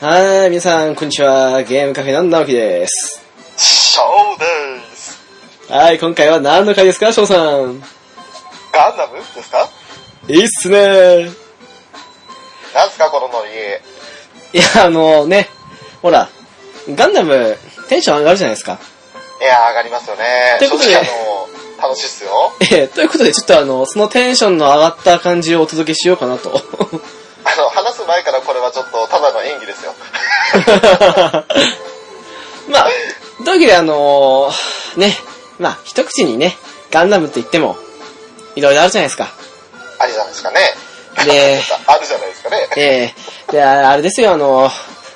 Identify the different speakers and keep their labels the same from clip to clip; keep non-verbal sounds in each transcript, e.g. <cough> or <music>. Speaker 1: はーい、皆さん、こんにちは。ゲームカフェの直樹です。
Speaker 2: そうです。
Speaker 1: はい、今回は何の回ですか、翔さん。
Speaker 2: ガンダムですか
Speaker 1: いいっすねー。
Speaker 2: なんですか、このノリ。
Speaker 1: いや、あのね、ほら、ガンダム、テンション上がるじゃないですか。
Speaker 2: いやー、上がりますよね。
Speaker 1: という
Speaker 2: 正
Speaker 1: ことで
Speaker 2: 直、あの、楽しいっすよ。
Speaker 1: ええ、ということで、ちょっとあの、そのテンションの上がった感じをお届けしようかなと。
Speaker 2: あの、話す前からこれはちょっと、ただの演技ですよ。
Speaker 1: <laughs> まあ、というわけであのね、まあ、一口にね、ガンダムって言っても、いろいろあるじゃないですか。
Speaker 2: ありじゃないですかね。
Speaker 1: で、
Speaker 2: <laughs> あるじゃないですかね。
Speaker 1: ええで、ああれですよ、あの、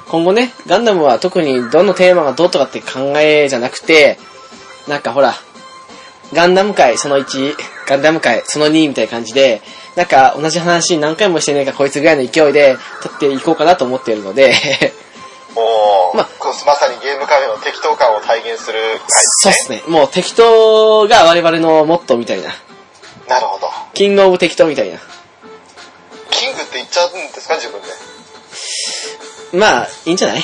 Speaker 1: 今後ね、ガンダムは特にどのテーマがどうとかって考えじゃなくて、なんかほら、ガンダム界その1、ガンダム界その2みたいな感じで、なんか同じ話何回もしてねえかこいつぐらいの勢いで取っていこうかなと思っているので、 <laughs>
Speaker 2: もう、
Speaker 1: ま
Speaker 2: こうまさにゲームカフェの適当感を体現する回です
Speaker 1: そう
Speaker 2: ね。
Speaker 1: っすね。もう適当が我々のモットーみたいな。
Speaker 2: なるほど。
Speaker 1: キングオブ適当みたいな。
Speaker 2: キングって言っちゃうんですか、自分で。
Speaker 1: まあ、いいんじゃない <laughs>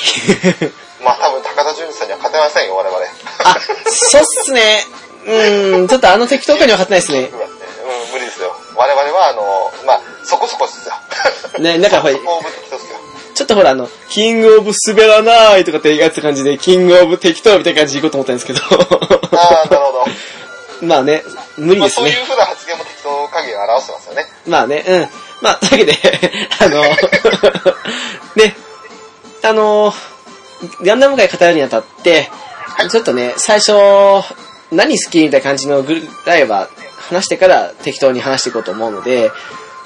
Speaker 2: まあ多分、高田純次さんには勝てませんよ、我々。
Speaker 1: あ、そうっすね。うーん、ちょっとあの適当感には勝てないっすね
Speaker 2: <laughs> う。わうん、無理ですよ。我々は、あの、まあ、そこそこですよ。
Speaker 1: ね、なんかほら
Speaker 2: <laughs> そ、こも適当ですよ。
Speaker 1: ちょっとほらあの、キングオブ滑らないとかってやつ感じで、キングオブ適当みたいな感じでいこうと思ったんです
Speaker 2: <laughs>
Speaker 1: けど。
Speaker 2: ああ、なる <laughs> ほど。
Speaker 1: まあね、無理
Speaker 2: まあ、
Speaker 1: です
Speaker 2: そう
Speaker 1: ね
Speaker 2: い。う風な発言も適当加減を表してますよね。
Speaker 1: まあね、うん。まあ、というわけで、あ
Speaker 2: <laughs>
Speaker 1: の、ね、あの、ガンダム界語るにあたって、ちょっとね、最初、何好きみたいな感じのぐらいは話してから適当に話していこうと思うので、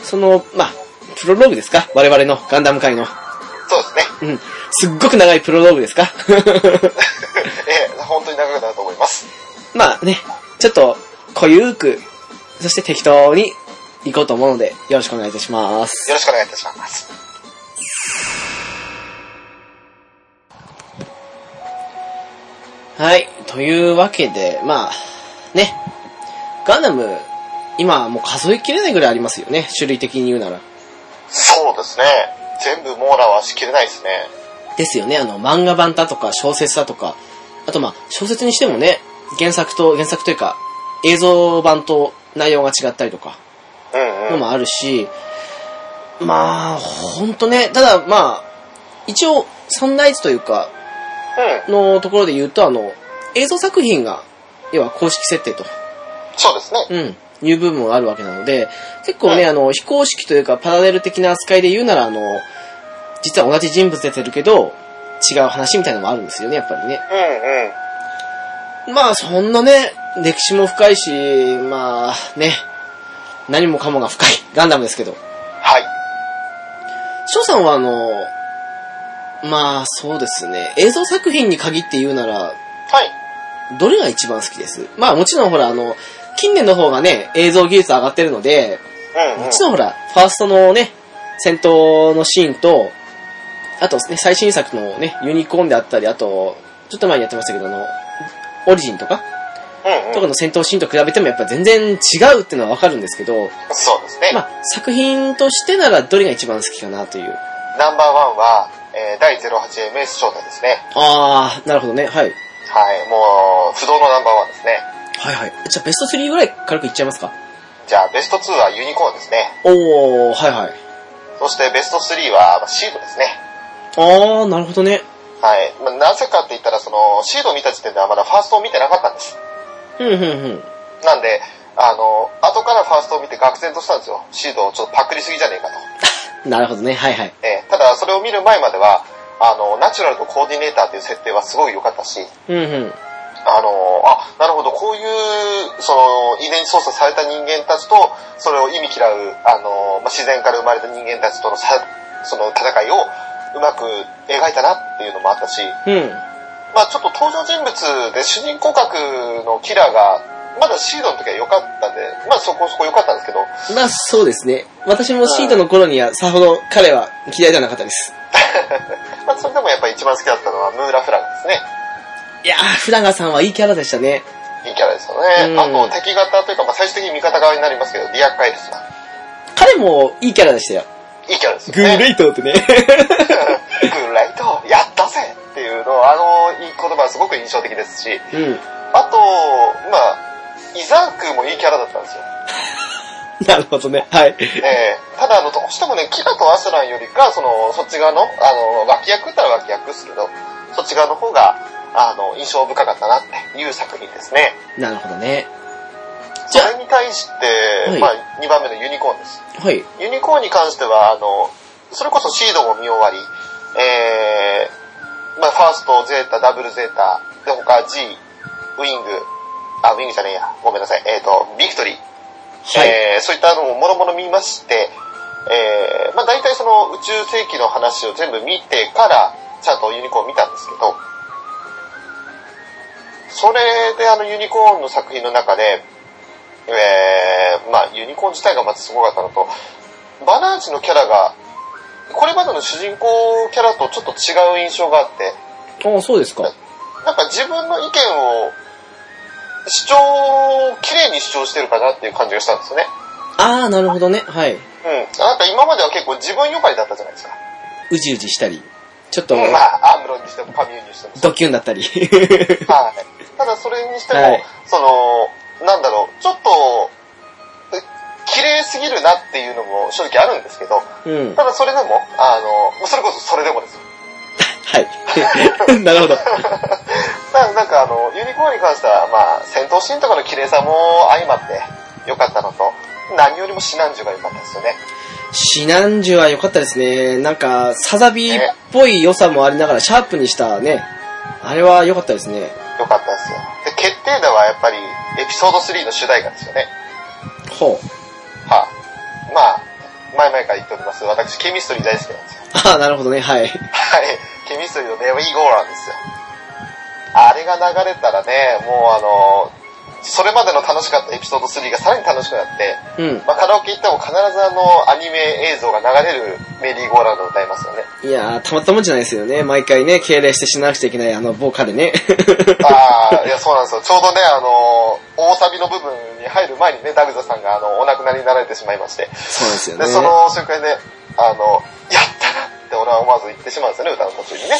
Speaker 1: その、まあ、プロローグですか我々のガンダム界の。
Speaker 2: そう <laughs> ですね。
Speaker 1: うん。すっごく長いプロローグですか
Speaker 2: ええ、本当に長くなると思います。
Speaker 1: まあね、ちょっと、濃ゆく、そして適当に行こうと思うので、よろしくお願いいたします。
Speaker 2: よろしくお願いいたします。
Speaker 1: はい。というわけで、まあ、ね。ガンダム、今もう数えきれないぐらいありますよね。種類的に言うなら。
Speaker 2: そうですね。全部網羅はしきれないですね。
Speaker 1: ですよね。あの、漫画版だとか小説だとか、あとまあ、小説にしてもね、原作と、原作というか、映像版と内容が違ったりとか、
Speaker 2: うんう
Speaker 1: の
Speaker 2: ん。
Speaker 1: もあるし、まあ、ほんとね、ただまあ、一応、サンライズというか、
Speaker 2: うん。
Speaker 1: のところで言うと、あの、映像作品が、要は公式設定と、
Speaker 2: そうですね。
Speaker 1: うん、いう部分があるわけなので、結構ね、
Speaker 2: うん
Speaker 1: あの、非公式というかパラレル的な扱いで言うなら、あの、実は同じ人物出てるけど、違う話みたいなのもあるんですよね、やっぱりね。
Speaker 2: うんうん。
Speaker 1: まあ、そんなね、歴史も深いし、まあ、ね、何もかもが深い、ガンダムですけど。
Speaker 2: はい。
Speaker 1: 翔さんはあの、まあ、そうですね、映像作品に限って言うなら、
Speaker 2: はい。
Speaker 1: どれが一番好きですまあもちろんほらあの、近年の方がね、映像技術上がってるので、
Speaker 2: うんうん。
Speaker 1: もちろんほら、ファーストのね、戦闘のシーンと、あとね、最新作のね、ユニコーンであったり、あと、ちょっと前にやってましたけど、あの、オリジンとか、
Speaker 2: うん
Speaker 1: と
Speaker 2: う
Speaker 1: か
Speaker 2: ん。
Speaker 1: の戦闘シーンと比べてもやっぱ全然違うってのはわかるんですけど、
Speaker 2: そうですね。
Speaker 1: まあ、作品としてならどれが一番好きかなという。
Speaker 2: ナンバーワンは、えー、第 08MS 商店ですね。
Speaker 1: あー、なるほどね、はい。
Speaker 2: はい。もう、不動のナンバーワンですね。
Speaker 1: はいはい。じゃあベスト3ぐらい軽くいっちゃいますか
Speaker 2: じゃあ、ベスト2はユニコーンですね。
Speaker 1: おー、はいはい。
Speaker 2: そして、ベスト3は、まあシードですね。
Speaker 1: あー、なるほどね。
Speaker 2: はい。まあ、なぜかって言ったら、その、シードを見た時点ではまだファーストを見てなかったんです。
Speaker 1: うんうんうん。
Speaker 2: なんで、あの、後からファーストを見て愕然としたんですよ。シードをちょっとパクりすぎじゃねえかと。
Speaker 1: なるほどね、はいはい。
Speaker 2: えーただ、それを見る前までは、あの、ナチュラルとコーディネーターという設定はすごい良かったし、
Speaker 1: うんうん。
Speaker 2: あの、あ、なるほど、こういう、その、遺伝操作された人間たちと、それを意味嫌う、あの、まあ自然から生まれた人間たちとのさ、その戦いを、うまく描いたなっていうのもあったし、
Speaker 1: うん。
Speaker 2: まあちょっと登場人物で主人公格のキラーが、まだシードの時は良かったんで、まあそこそこ良かったんですけど、
Speaker 1: まあそうですね。私もシードの頃にはさほど彼は嫌いじゃなかったです。
Speaker 2: まあそれでもやっぱり一番好きだったのはムーラ・フラグですね。
Speaker 1: いやー、フラガさんはいいキャラでしたね。
Speaker 2: いいキャラですよね。
Speaker 1: うん
Speaker 2: あと敵型というか、まあ最終的に味方側になりますけど、ディア・カイルスマン。
Speaker 1: 彼もいいキャラでしたよ。
Speaker 2: いいキャラです
Speaker 1: グ
Speaker 2: よね。
Speaker 1: レイトってね。
Speaker 2: <laughs> グーライト。あの言葉はすごく印象的ですし、
Speaker 1: うん。
Speaker 2: あと、まあ、イザークもいいキャラだったんですよ。
Speaker 1: <laughs> なるほどね。はい。
Speaker 2: えーただあの、どうしてもね、キラとアスランよりか、その、そっち側の、あの、脇役ったら脇役ですけど、そっち側の方が、あの、印象深かったなっていう作品ですね。
Speaker 1: なるほどね。
Speaker 2: そ
Speaker 1: じゃ
Speaker 2: れに対して、
Speaker 1: はい
Speaker 2: まあ、2番目のユニコーンです。
Speaker 1: はい。
Speaker 2: ユニコーンに関しては、あの、それこそシードも見終わり、えー、まあ、ファースト、ゼータ、ダブルゼータ、で、他 G、ウイング、あ、ウイングじゃねえや、ごめんなさい、えっ、と、ビクトリー、
Speaker 1: はい。
Speaker 2: えーそういったのももろもろ見まして、えーまあ大体その宇宙世紀の話を全部見てから、ちゃんとユニコーン見たんですけど、それであのユニコーンの作品の中で、えーまあユニコーン自体がまずすごかったのと、バナーチのキャラが、これまでの主人公キャラとちょっと違う印象があって、
Speaker 1: ああ、そうですか。
Speaker 2: なんか自分の意見を主張を綺麗に主張してるかなっていう感じがしたんですよね。
Speaker 1: ああ、なるほどね。はい。
Speaker 2: うん。なんか今までは結構自分よがりだったじゃないですか。
Speaker 1: うじうじしたり、ちょっと、
Speaker 2: まあ、アムロにしてもカミューにしても。
Speaker 1: ドキュンだったり。
Speaker 2: はい。ただそれにしても、
Speaker 1: はい
Speaker 2: その、なんだろう、ちょっと、え綺麗すぎるなっていうのも正直あるんですけど、
Speaker 1: うん。 <laughs>
Speaker 2: ただそれでも、あの、それこそそれでもですよ。 <laughs>
Speaker 1: はい。 <laughs> なるほど。
Speaker 2: ななんかあの、ユニコーンに関しては、まあ、戦闘シーンとかの綺麗さも相まって良かったのと、何よりもシナンジュが良かったですよね。
Speaker 1: シナンジュは良かったですね。なんか、サザビーっぽい良さもありながら、シャープにしたね。あれは良かったですね。
Speaker 2: 良かったですよ。で、決定打はやっぱり、エピソード3の主題歌ですよね。
Speaker 1: ほう。
Speaker 2: はあ、まあ、前々から言っております。私、ケミストリー大好きなんですよ。
Speaker 1: ああ、なるほどね。はい。
Speaker 2: はい。ケミストリーのネイゴーランですよ。あれが流れたらね、もうあの、それまでの楽しかったエピソード3がさらに楽しくなって、
Speaker 1: うん。
Speaker 2: まあ、カラオケ行っても必ずあの、アニメ映像が流れるメリーゴーランドを歌いますよね。
Speaker 1: いやー、たまったもんじゃないですよね。毎回ね、敬礼して死ななくちゃいけない、あの、ボーカルね。
Speaker 2: ああ、いや、そうなんですよ。ちょうどね、あの、大サビの部分に入る前にね、ダグザさんがあの、お亡くなりになられてしまいまして、
Speaker 1: <laughs> そうですよね
Speaker 2: で、。その瞬間にね、あの、やったなって俺は思わず言ってしまうんですよね、歌の途中にね。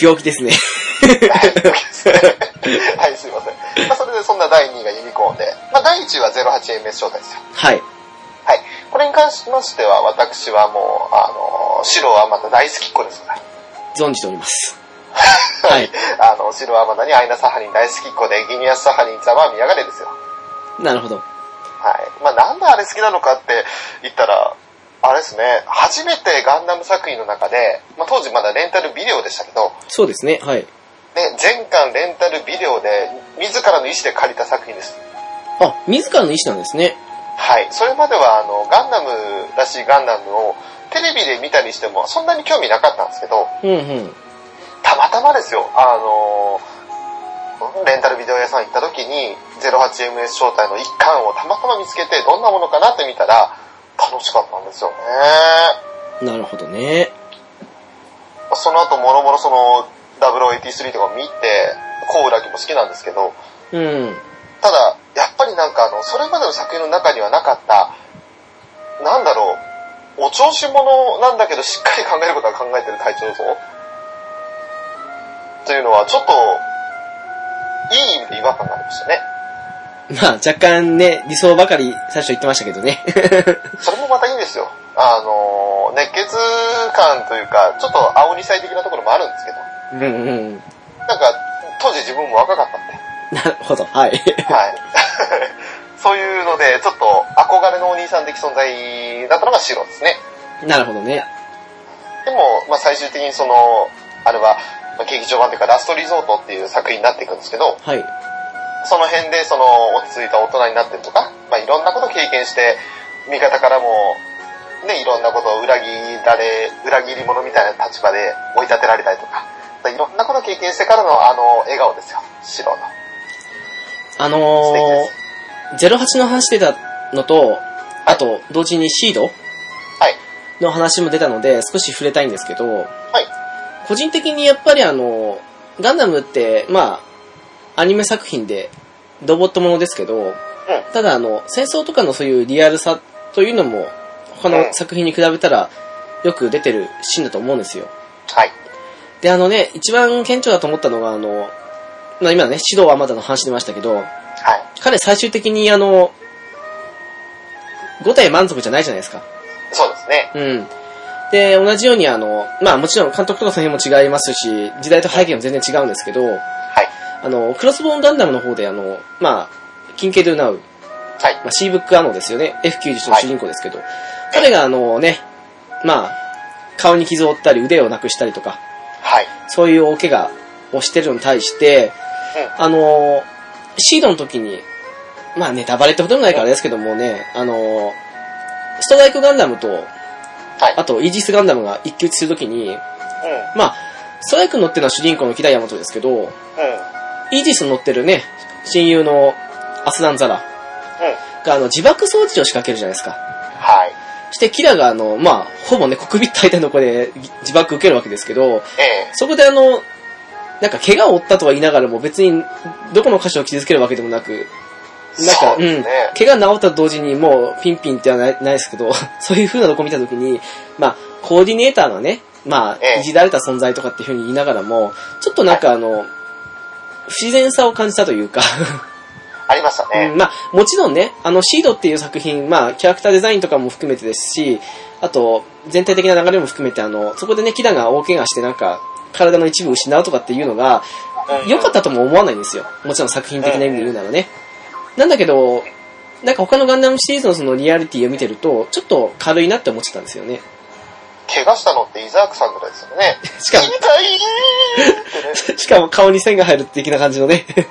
Speaker 1: 病気ですね。
Speaker 2: <laughs> はい、すいません。まあ、それでそんな第2位がユニコーンで、まあ、第1位は 08MS 招待ですよ。
Speaker 1: はい。
Speaker 2: はい。これに関しましては、私はもう、あの、白はまた大好きっ子ですから。
Speaker 1: 存じております。はい。
Speaker 2: <laughs> あの、白はまたにアイナ・サハリン大好きっ子で、ギニアス・サハリンざまあ見やがれですよ。
Speaker 1: なるほど。
Speaker 2: はい。まあ、なんであれ好きなのかって言ったら、あれですね、初めてガンダム作品の中で、まあ、当時まだレンタルビデオでしたけど、
Speaker 1: そうですね。はい。
Speaker 2: ね、全巻レンタルビデオで、自らの意思で借りた作品です。
Speaker 1: あ、自らの意思なんですね。
Speaker 2: はい。それまでは、あの、ガンダムらしいガンダムをテレビで見たりしてもそんなに興味なかったんですけど、
Speaker 1: うんうん。
Speaker 2: たまたまですよ、あのー、レンタルビデオ屋さん行った時に 08MS 招待の一巻をたまたま見つけてどんなものかなって見たら楽しかったんですよね。
Speaker 1: なるほどね。
Speaker 2: その後もろもろその0083とか見て、コウラキも好きなんですけど、
Speaker 1: うん。
Speaker 2: ただ、やっぱりなんかあの、それまでの作品の中にはなかった、なんだろう、お調子者なんだけどしっかり考えることは考えてる隊長像というのはちょっと、いい意味で違和感がありましたね。
Speaker 1: まあ、若干ね、理想ばかり最初言ってましたけどね。 <laughs>
Speaker 2: それもまたいいんですよ。あの、熱血感というか、ちょっと青二歳的なところもあるんですけど、
Speaker 1: うんうん。
Speaker 2: なんか、当時自分も若かったん
Speaker 1: <laughs>
Speaker 2: で、
Speaker 1: なるほど。はい。
Speaker 2: はい。 <laughs> そういうので、ちょっと憧れのお兄さん的存在だったのが白ですね。
Speaker 1: なるほどね。
Speaker 2: でも、まあ、最終的にその、あれは、まあ劇場版というか、ラストリゾートっていう作品になっていくんですけど、
Speaker 1: はい。
Speaker 2: その辺で、その、落ち着いた大人になってるとか、まあ、いろんなことを経験して、味方からも、ね、いろんなことを裏切られ、裏切り者みたいな立場で追い立てられたりとか、まあいろんなことを経験してからの、あの、笑顔ですよ。白の。
Speaker 1: あ
Speaker 2: 素敵で
Speaker 1: の
Speaker 2: す。
Speaker 1: ー、08の話出たのと、あと、同時にシード
Speaker 2: はい。
Speaker 1: の話も出たので、少し触れたいんですけど、
Speaker 2: はい。
Speaker 1: 個人的にやっぱりあの、ガンダムって、まあ、アニメ作品で、ロボットものですけど、ただあの、戦争とかのそういうリアルさというのも、他
Speaker 2: う
Speaker 1: の
Speaker 2: ん
Speaker 1: 作品に比べたら、よく出てるシーンだと思うんですよ。
Speaker 2: はい。
Speaker 1: で、あのね、一番顕著だと思ったのが、あの、まあ今ね、指導はまだの話出ましたけど、
Speaker 2: はい。
Speaker 1: 彼最終的にあの、5体満足じゃないじゃないですか。
Speaker 2: そうですね。
Speaker 1: うん。で、同じようにあの、まあもちろん監督とかその辺も違いますし、時代と背景も全然違うんですけど、
Speaker 2: はい。
Speaker 1: あの、クロスボーンガンダムの方であの、まあ、キンケドゥナウ、
Speaker 2: はい。
Speaker 1: まあ、シーブックアノですよね。F91 の主人公ですけど、彼があのね、まあ、顔に傷を負ったり腕をなくしたりとか、
Speaker 2: はい。
Speaker 1: そういう大怪我をしてるのに対して、あの、シードの時に、まあネタバレってこともないからあれですけどもね、あの、ストライクガンダムと、
Speaker 2: はい。
Speaker 1: あとイージスガンダムが一騎打ちするときに、
Speaker 2: うん。
Speaker 1: まあ、ストライク乗ってるのは主人公のキダヤマトですけど、
Speaker 2: うん。
Speaker 1: イージス乗ってるね、親友のアスランザラ
Speaker 2: うん。
Speaker 1: があの自爆装置を仕掛けるじゃないですか。
Speaker 2: はい。
Speaker 1: して、キラがあの、まあ、ほぼね、コックビット相手の子でぎ自爆受けるわけですけど、
Speaker 2: ええ
Speaker 1: そこであの、なんか怪我を負ったとは言いながらも別にどこの箇所を傷つけるわけでもなく、なんか、
Speaker 2: そうですね
Speaker 1: うん、怪我治ったと同時にもうピンピンってはないないですけど、 <laughs> そういう風なとこ見た時に、まあ、コーディネーターがね、まあ、
Speaker 2: ええ
Speaker 1: いじられた存在とかっていう風に言いながらも、ちょっとなんかあの、不自然さを感じたというか、
Speaker 2: ありました
Speaker 1: う
Speaker 2: ね
Speaker 1: ん。 <laughs> まあ、もちろんね、あの、シードっていう作品、まあ、キャラクターデザインとかも含めてですし、あと、全体的な流れも含めて、あの、そこでね、キダが大怪我して、なんか、体の一部を失うとかっていうのが、
Speaker 2: うん
Speaker 1: 良かったとも思わないんですよ。もちろん作品的な意味で言うならね。なんだけど、なんか他のガンダムシリーズのそのリアリティを見てると、ちょっと軽いなって思っちゃったんですよね。 <laughs>
Speaker 2: 怪我したのってイザークさんぐらいですよね。
Speaker 1: しかも <laughs>
Speaker 2: 痛いーってね。
Speaker 1: しかも顔に線が入る的な感じのね。 <laughs>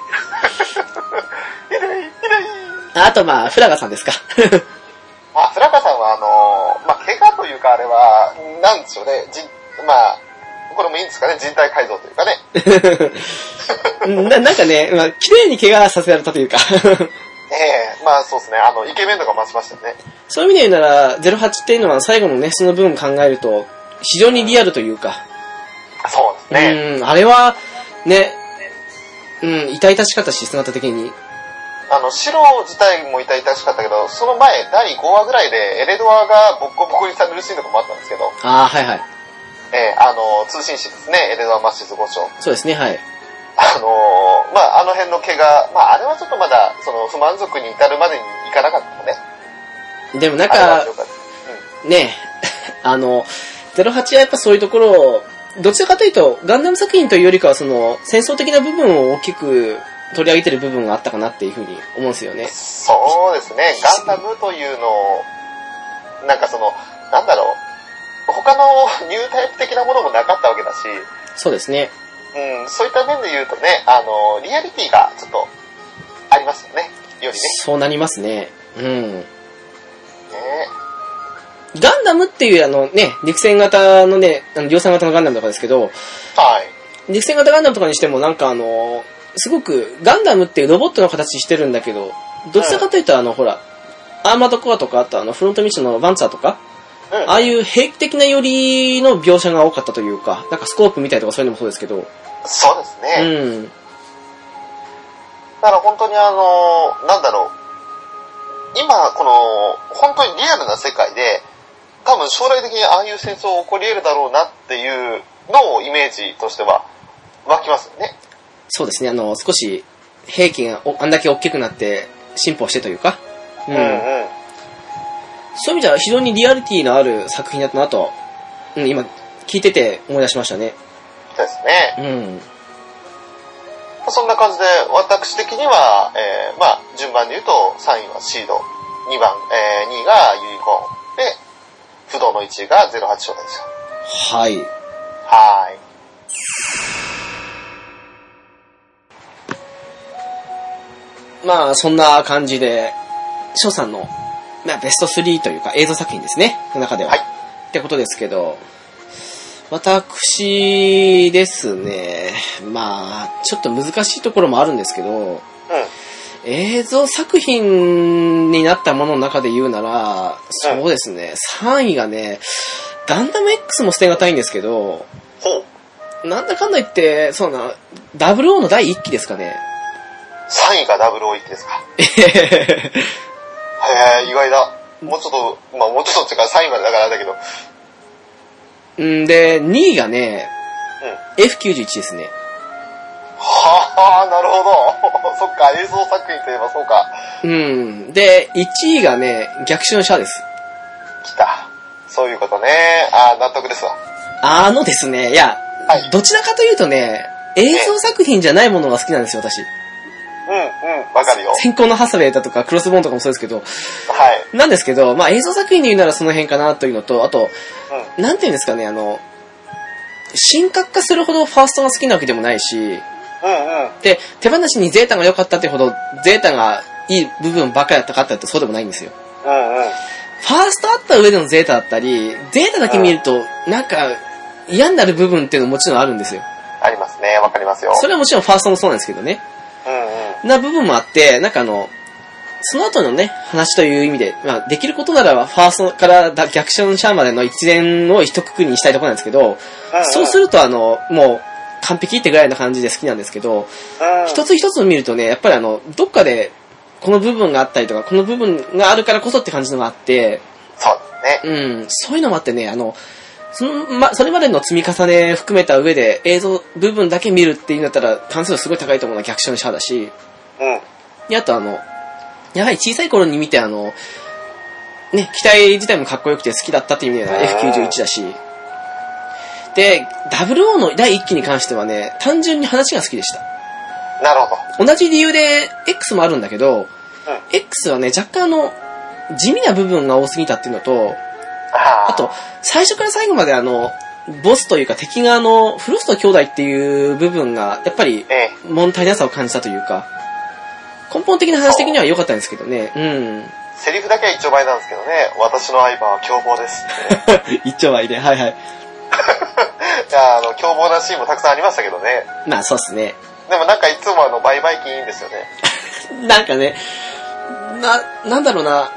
Speaker 1: あとまあ、フラガさんですか。 <laughs>
Speaker 2: まあ、フラカさんは、あのーまあ、怪我というか、あれは、なんでしょうね。じまあ、これもいいんですかね。人体改造というかね。
Speaker 1: ななんかね、まあ、綺麗に怪我させられたというか。 <laughs>
Speaker 2: ええまあ、そうですね。あの、イケメンとか増しましたよね。
Speaker 1: そういう意味で言うなら、08っていうのは最後のね、その部分を考えると、非常にリアルというか、
Speaker 2: そうですね。
Speaker 1: うん、あれは、ね、うん、痛々しかったし、姿的に。
Speaker 2: あの、白自体も痛々しかったけど、その前、第5話ぐらいで、エレドアがボッコボコにされるシーンとかもあったんですけど、
Speaker 1: ああ、はいはい。
Speaker 2: ええあの、通信士ですね。エレドアマッシズ5章。
Speaker 1: そうですね、はい。
Speaker 2: あのーまあ、あの辺の怪我、まあ、あれはちょっとまだ、その、不満足に至るまでにいかなかったのね。
Speaker 1: でもなん
Speaker 2: あれは
Speaker 1: か
Speaker 2: よ、かった。うん。
Speaker 1: ね、 <laughs> あの、08はやっぱそういうところを、どちらかというと、ガンダム作品というよりかは、その、戦争的な部分を大きく取り上げてる部分があったかなっていうふうに思うんですよね。
Speaker 2: そうですね、ガンダムというのを、なんかその、なんだろう、他の <laughs> ニュータイプ的なものもなかったわけだし、
Speaker 1: そうですね。
Speaker 2: うん、そういった面で言うとね、あの、リアリティがちょっとありますよね、よりね。
Speaker 1: そうなりますね。うん。
Speaker 2: ね
Speaker 1: ガンダムっていうあのね、陸戦型のね、あの量産型のガンダムとかですけど、
Speaker 2: はい。
Speaker 1: 陸戦型ガンダムとかにしてもなんかあの、すごくガンダムっていうロボットの形してるんだけど、どちらかというとあの、ほら、アーマードコアとか、あとあの、フロントミッションのバンツァーとか、
Speaker 2: うん。
Speaker 1: ああいう兵器的なよりの描写が多かったというか、なんかスコープみたいとかそういうのもそうですけど、
Speaker 2: そうです
Speaker 1: う
Speaker 2: ね。
Speaker 1: ん。
Speaker 2: だから本当にあの、なんだろう、今、この、本当にリアルな世界で、多分将来的にああいう戦争起こり得るだろうなっていうのをイメージとしては湧きますよね。
Speaker 1: そうですね、あの、少し兵器がおあんだけ大きくなって進歩してというか、うん。
Speaker 2: うんうん。
Speaker 1: そういう意味では非常にリアリティのある作品だったなと、うん、今聞いてて思い出しましたね。
Speaker 2: そうですね。
Speaker 1: うん。
Speaker 2: そんな感じで、私的には、えー、まあ、順番で言うと、3位はシード、2番、えー、2位がユニコーン、で、不動の1位が08勝でした。
Speaker 1: はい。
Speaker 2: はーい。
Speaker 1: まあ、そんな感じで、翔さんの、まあ、ベスト3というか映像作品ですね、の中では。
Speaker 2: はい
Speaker 1: ってことですけど、私ですね、まあ、ちょっと難しいところもあるんですけど、
Speaker 2: うん。
Speaker 1: 映像作品になったものの中で言うなら、そうですね、3位がね、ガンダム X も捨てがたいんですけど、
Speaker 2: ほう。
Speaker 1: なんだかんだ言って、そうな、00の第1期ですかね。
Speaker 2: 3位がダブルオイですか。へえ、意外だ。もうちょっと、まあもうちょっとっていうか3位までだからあれだけど。
Speaker 1: うんで、2位がね、
Speaker 2: うん。
Speaker 1: F91 ですね。
Speaker 2: はあ、なるほど。そ <laughs> っか、映像作品といえばそうか。
Speaker 1: うん。で、1位がね、逆襲のシャアです。
Speaker 2: 来た。そういうことね。あー納得ですわ。
Speaker 1: あのですね、いや、
Speaker 2: はい
Speaker 1: どちらかというとね、映像作品じゃないものが好きなんですよ、私。
Speaker 2: うん、うん、わかるよ。
Speaker 1: 先行のハサウェイだとか、クロスボーンとかもそうですけど、
Speaker 2: はい。
Speaker 1: なんですけど、まあ映像作品で言うならその辺かなというのと、あと、
Speaker 2: うん、
Speaker 1: なんていうんですかね、あの、深刻化するほどファーストが好きなわけでもないし、
Speaker 2: うん、うん。
Speaker 1: で、手放しにゼータが良かったってほど、ゼータがいい部分ばっかりだったかって言うとそうでもないんですよ。
Speaker 2: うん、うん。
Speaker 1: ファーストあった上でのゼータだったり、ゼータだけ見ると、なんか、嫌になる部分っていうのももちろんあるんですよ。
Speaker 2: ありますね。わかりますよ。
Speaker 1: それはもちろんファーストもそうなんですけどね。
Speaker 2: うん、うん。
Speaker 1: な部分もあって、なんかあの、その後のね、話という意味で、まあ、できることならば、ファーストからだ逆襲のシャアまでの一連を一括りにしたいところなんですけど、そうす
Speaker 2: る
Speaker 1: るとあの、もう、完璧ってぐらいの感じで好きなんですけど、一つ一つ見るとね、やっぱりあの、どっかで、この部分があったりとか、この部分があるからこそって感じのがあって、
Speaker 2: そうですね。
Speaker 1: うん、そういうのもあってね、あの、その、ま、それまでの積み重ね含めた上で映像部分だけ見るっていうんだったら関数すごい高いと思うのは逆襲のシャアだし、
Speaker 2: うん。
Speaker 1: で、あとあの、やはり小さい頃に見てあの、ね、機体自体もかっこよくて好きだったっていう意味では F91 だし、で、00の第1期に関してはね、単純に話が好きでした。
Speaker 2: なるほど。
Speaker 1: 同じ理由で X もあるんだけど、
Speaker 2: うん
Speaker 1: X はね、若干あの、地味な部分が多すぎたっていうのと、
Speaker 2: あー
Speaker 1: あと、最初から最後まであの、ボスというか敵があの、フロスト兄弟っていう部分が、やっぱり
Speaker 2: ええ。
Speaker 1: 物足りなさを感じたというか、根本的な話的には良かったんですけどね。うん。
Speaker 2: セリフだけは一丁前なんですけどね。私の相棒は凶暴です。 <laughs>
Speaker 1: 一丁前で、はいはい。
Speaker 2: いや、あの、凶暴なシーンもたくさんありましたけどね。
Speaker 1: まあそうっすね。
Speaker 2: でもなんかいつもあの、バイバイ金いいんですよね。
Speaker 1: なんかね、な、なんだろうな。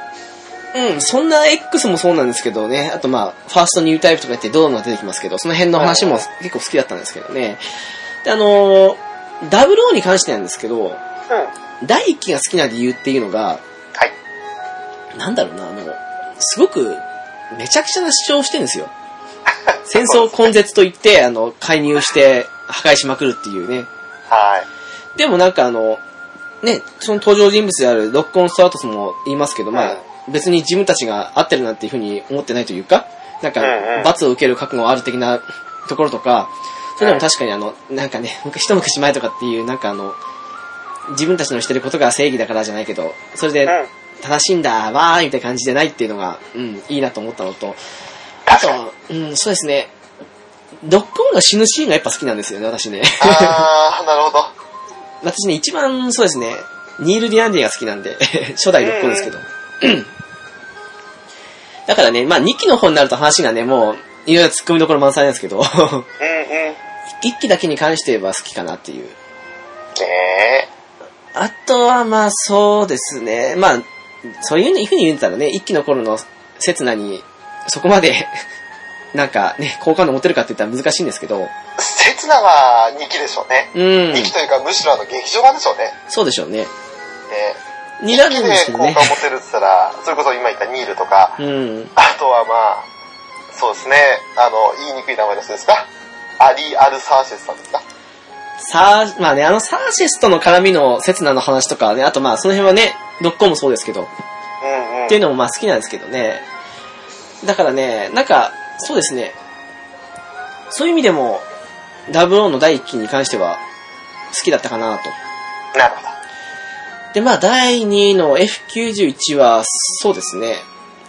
Speaker 1: うん、そんな X もそうなんですけどね。あとまあ、ファーストニュータイプとか言ってどうのが出てきますけど、その辺の話も結構好きだったんですけどね。で、あのー、00に関してなんですけど、
Speaker 2: うん。は
Speaker 1: 第一期が好きな理由っていうのが、
Speaker 2: い。
Speaker 1: なんだろうな、あの、すごく、めちゃくちゃな主張をしてるんですよ。戦争根絶と言って、あの、介入して、破壊しまくるっていうね。
Speaker 2: はい。
Speaker 1: でもなんかあの、ね、その登場人物であるロックオン・スタートスも言いますけど、まあ
Speaker 2: は、
Speaker 1: 別に自分たちが合ってるなんていうふうに思ってないというか、なんか
Speaker 2: うんう、ん
Speaker 1: 罰を受ける覚悟はある的な <laughs> ところとか、それでも確かにあの、なんかね、昔一昔前とかっていう、なんかあの、自分たちのしてることが正義だからじゃないけど、それ
Speaker 2: う
Speaker 1: で
Speaker 2: ん。
Speaker 1: 正しいんだ、わーいみたいな感じでないっていうのが、うん、いいなと思ったのと、あ
Speaker 2: 確かに。
Speaker 1: と、うん、そうですね、ロックオンが死ぬシーンがやっぱ好きなんですよね、私ね。
Speaker 2: あー、なるほど。
Speaker 1: 私ね、一番そうですね、ニール・ディアンディが好きなんで、 <laughs> 初代ロックオンですけど。だからね、まあ2期の方になると話がね、もう、いろいろ突っ込みどころ満載なんですけど、 <laughs>
Speaker 2: うんうん。
Speaker 1: 1期だけに関して言えば好きかなっていう。
Speaker 2: ねえ。
Speaker 1: あとは、まあ、そうですね。まあ、そういうふうに言うんだったらね、一期の頃の刹那に、そこまで、 <laughs> なんかね、好感度持てるかって言ったら難しいんですけど、
Speaker 2: 刹那は2期でしょうね。
Speaker 1: うん
Speaker 2: 2、期というか、むしろあの、劇場版でしょうね。
Speaker 1: そうでしょうね。
Speaker 2: ね
Speaker 1: にな
Speaker 2: 2
Speaker 1: る
Speaker 2: 期
Speaker 1: んですけ
Speaker 2: で
Speaker 1: ど
Speaker 2: 効果を
Speaker 1: ね
Speaker 2: 持。てるって言ったら、それこそ今言ったニールとか、
Speaker 1: うん。
Speaker 2: あとはまあ、そうですね、あの、言いにくい名前の人ですかアリー・アル・サーシェスさんですか
Speaker 1: サー、まあね、あのサーシスとの絡みの刹那の話とかね、あとまあ、その辺はね、どっこもそうですけど、
Speaker 2: うんうん。
Speaker 1: っていうのもまあ好きなんですけどね。だからね、なんか、そうですね。そういう意味でも、ダブルオーの第一期に関しては、好きだったかなと。
Speaker 2: なるほど。
Speaker 1: で、まあ、第2位の F91 は、そうですね。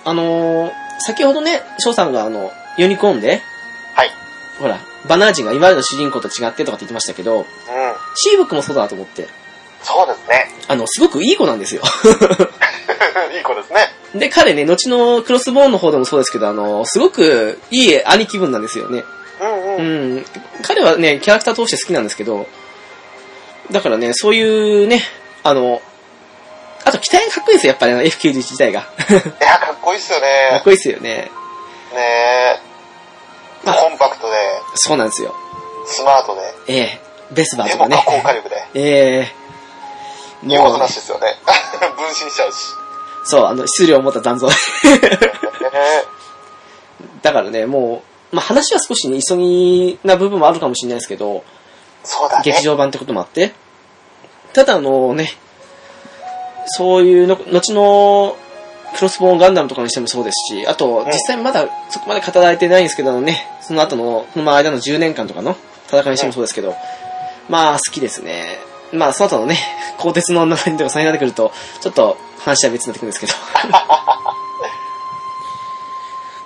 Speaker 1: あのー先ほどね、翔さんがあの、ユニコーンで、
Speaker 2: はい。
Speaker 1: ほら、バナージンが今までの主人公と違ってとかって言ってましたけど、
Speaker 2: うん。
Speaker 1: シーブックもそうだなと思って、
Speaker 2: そうですね。 <laughs>
Speaker 1: あの、すごくいい子なんですよ。 <laughs>
Speaker 2: いい子ですね。
Speaker 1: で、彼ね、後のクロスボーンの方でもそうですけど、あの、すごくいい兄貴分なんですよね。
Speaker 2: うんうん。
Speaker 1: うん。彼はね、キャラクター通して好きなんですけど、だからね、そういうね、あの、あと、機体がかっこいいですよ、やっぱり、ね、F91 自体が。
Speaker 2: いや、かっこいいっすよ
Speaker 1: かっ
Speaker 2: ね。
Speaker 1: こいいですよね。
Speaker 2: ねえ。
Speaker 1: まあ
Speaker 2: コンパクトで、
Speaker 1: そうなんですよ。
Speaker 2: スマートで、
Speaker 1: ええベスバー
Speaker 2: で
Speaker 1: とか
Speaker 2: も
Speaker 1: ね
Speaker 2: 加。工火力で。
Speaker 1: ええ
Speaker 2: いいお話ですよね。 <laughs> 分身しちゃう
Speaker 1: <laughs>
Speaker 2: し。
Speaker 1: そう、あの、質量を持った残像。
Speaker 2: ねえ
Speaker 1: <laughs> だからね、もまあ話は少しね、急ぎな部分もあるかもしれないですけど、
Speaker 2: そうだね。
Speaker 1: 劇場版ってこともあって、ただあのね、そういうの、後の、クロスボーンガンダムとかにしてもそうですし、あと、
Speaker 2: ん
Speaker 1: 実際まだそこまで語られてないんですけどね、その後の、その間の10年間とかの戦いにしてもそうですけど、まあ好きですね。まあその後のね、鋼鉄の女にとかそれになってくると、ちょっと話は別になってくるんですけど。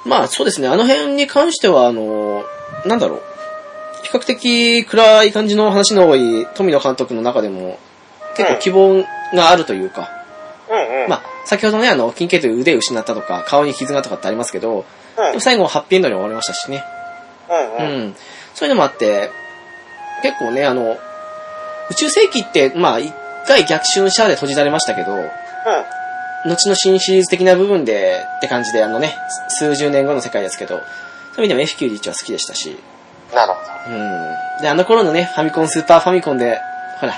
Speaker 1: まあそうですね、あの辺に関しては、あの、なんだろう。比較的暗い感じの話の多い富野監督の中でも、結構希望があるというか、
Speaker 2: うんうん。
Speaker 1: まあ、先ほどね、あの、金系という腕を失ったとか、顔に傷がとかってありますけど、
Speaker 2: うん
Speaker 1: でも最後はハッピーエンドに終わりましたしね。
Speaker 2: うん
Speaker 1: う
Speaker 2: うん。
Speaker 1: ん。そういうのもあって、結構ね、あの、宇宙世紀って、まあ、一回逆襲シャアで閉じられましたけど、後の新シリーズ的な部分で、って感じで、あのね、数十年後の世界ですけど、そういう意味でも F91 は好きでしたし、
Speaker 2: なるほど。
Speaker 1: うん。で、あの頃のね、ファミコン、スーパーファミコンで、ほら、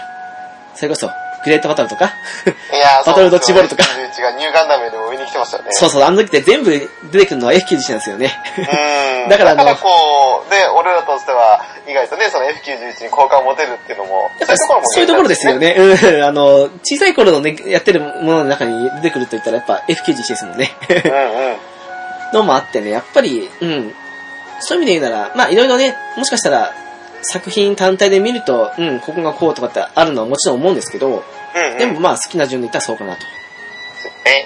Speaker 1: それこそ、グレートバトルとか、 <laughs>
Speaker 2: いやー
Speaker 1: バトルドッジボールとか
Speaker 2: そうですよね11がニューガンダムでも見に来てましたよね。
Speaker 1: そうそう、あの時って全部出てくるのは F91 なんですよね。
Speaker 2: <laughs> うん。
Speaker 1: だ
Speaker 2: だ
Speaker 1: か
Speaker 2: から
Speaker 1: あ
Speaker 2: ら
Speaker 1: の
Speaker 2: こう、で、俺らとしては、意外とね、その F91 に好感を持てるっていうのも、
Speaker 1: やっぱそういうところですよ。ね。うん。あの、小さい頃のね、やってるものの中に出てくると言ったらやっぱ F91 ですもんね。
Speaker 2: うんうん。
Speaker 1: のもあってね、やっぱり、うん。そういう意味で言うなら、まあいろいろね、もしかしたら作品単体で見ると、うん、ここがこうとかってあるのはもちろん思うんですけど、
Speaker 2: うんうん。
Speaker 1: でもまあ好きな順で言ったらそうかなと。
Speaker 2: え、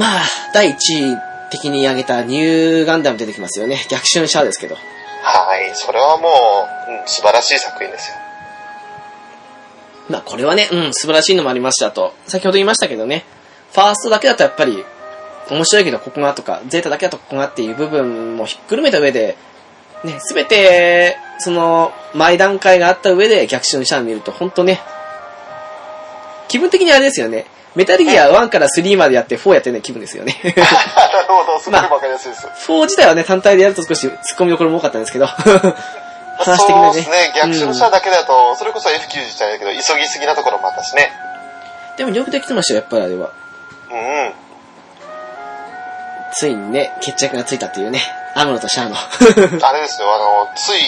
Speaker 1: まあ、第1位的に挙げたニューガンダム出てきますよね。逆襲シャアですけど。
Speaker 2: はい。それはもう、うん素晴らしい作品ですよ。
Speaker 1: まあこれはね、うん、素晴らしいのもありましたと。先ほど言いましたけどね、ファーストだけだとやっぱり、面白いけどここがとか、ゼータだけだとここがっていう部分もひっくるめた上で、ね、すべて、その、前段階があった上で逆襲のシャアを見ると、ほんとね、気分的にあれですよね。メタルギア1から3までやって4やってない気分です <laughs> よね。
Speaker 2: なるほど、すごいわかりやすいです。
Speaker 1: 4自体はね、単体でやると少し突っ込みどころも多かったんです <laughs> けど、話的
Speaker 2: そう
Speaker 1: に
Speaker 2: です
Speaker 1: ね。
Speaker 2: ね、逆襲者だけだと、それこそ F91 だけど、急ぎすぎなところもあったしね。
Speaker 1: でもよくできてましたよ、やっぱりあれは。
Speaker 2: う
Speaker 1: <laughs>
Speaker 2: んうん。
Speaker 1: ついにね、決着がついたっていうね、アムロとシャアの。 <laughs>
Speaker 2: あれですよ、あの、つい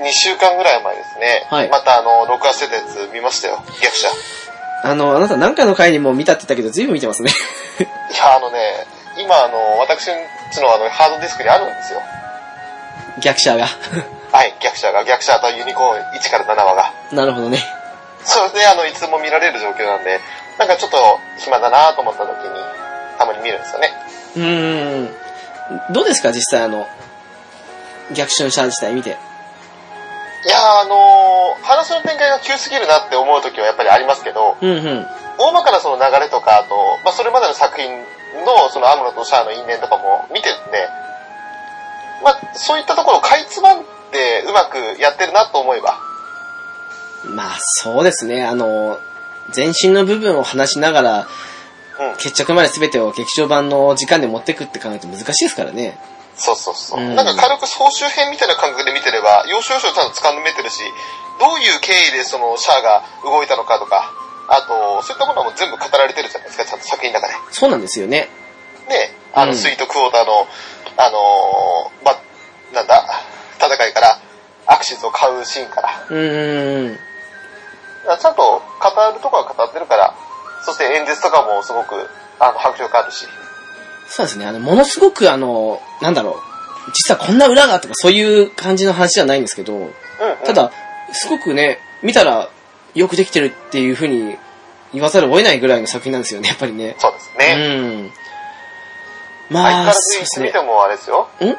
Speaker 2: 2週間ぐらい前ですね。
Speaker 1: はい
Speaker 2: またあの、録画してたやつ見ましたよ、逆者。
Speaker 1: あの、あなた何回の回にも見たって言ったけど、ずいぶん見てますね。 <laughs>
Speaker 2: いや、あのね、今あの、私んちのあの、ハードディスクにあるんですよ。
Speaker 1: 逆者が。 <laughs>
Speaker 2: はい、逆者が、逆者とユニコーン1から7話が。
Speaker 1: なるほどね。
Speaker 2: そうですね、あの、いつでも見られる状況なんで、なんかちょっと暇だなと思った時に、たまに見るんですよね。
Speaker 1: うーん。どうですか、実際あの、逆襲のシャア自体見て。
Speaker 2: いや、あの話の展開が急すぎるなって思う時はやっぱりありますけど、
Speaker 1: うんうん。
Speaker 2: 大まかなその流れとか、あと、まあ、それまでの作品の、そのアムロとシャアの因縁とかも見てるんで、まあ、そういったところをかいつまんでうまくやってるなと思えば、
Speaker 1: まあ、そうですね。あの、全身の部分を話しながら、
Speaker 2: うん
Speaker 1: 決着まで全てを劇場版の時間で持ってくって考えると難しいですからね。
Speaker 2: そうそうそう。
Speaker 1: うん
Speaker 2: なんか軽く総集編みたいな感覚で見てれば、要所要所ちゃんと掴めてるし、どういう経緯でそのシャアが動いたのかとか、あと、そういったものはもう全部語られてるじゃないですか、ちゃんと作品の中で。
Speaker 1: そうなんですよね。
Speaker 2: ね、あ
Speaker 1: う
Speaker 2: の、
Speaker 1: ん
Speaker 2: スイートクォーターの、あのー、ば、なんだ、戦いから、アクシズを買うシーンから、
Speaker 1: うーん。
Speaker 2: ちゃんと語るとこは語ってるから、そして演説とかもすごく、あの、迫力あるし。
Speaker 1: そうですね。あの、ものすごくあの、なんだろう。実はこんな裏がとかそういう感じの話じゃないんですけど、
Speaker 2: うん、うん。
Speaker 1: た、だ、すごくね、見たらよくできてるっていう風に言わざるを得ないぐらいの作品なんですよね、やっぱりね。
Speaker 2: そうです
Speaker 1: う
Speaker 2: ね。
Speaker 1: ん。
Speaker 2: 相変わ
Speaker 1: ま
Speaker 2: ら
Speaker 1: あ、
Speaker 2: ず
Speaker 1: そう
Speaker 2: い
Speaker 1: で
Speaker 2: つ
Speaker 1: す
Speaker 2: 見
Speaker 1: ね
Speaker 2: て。もあれですよ。
Speaker 1: ん。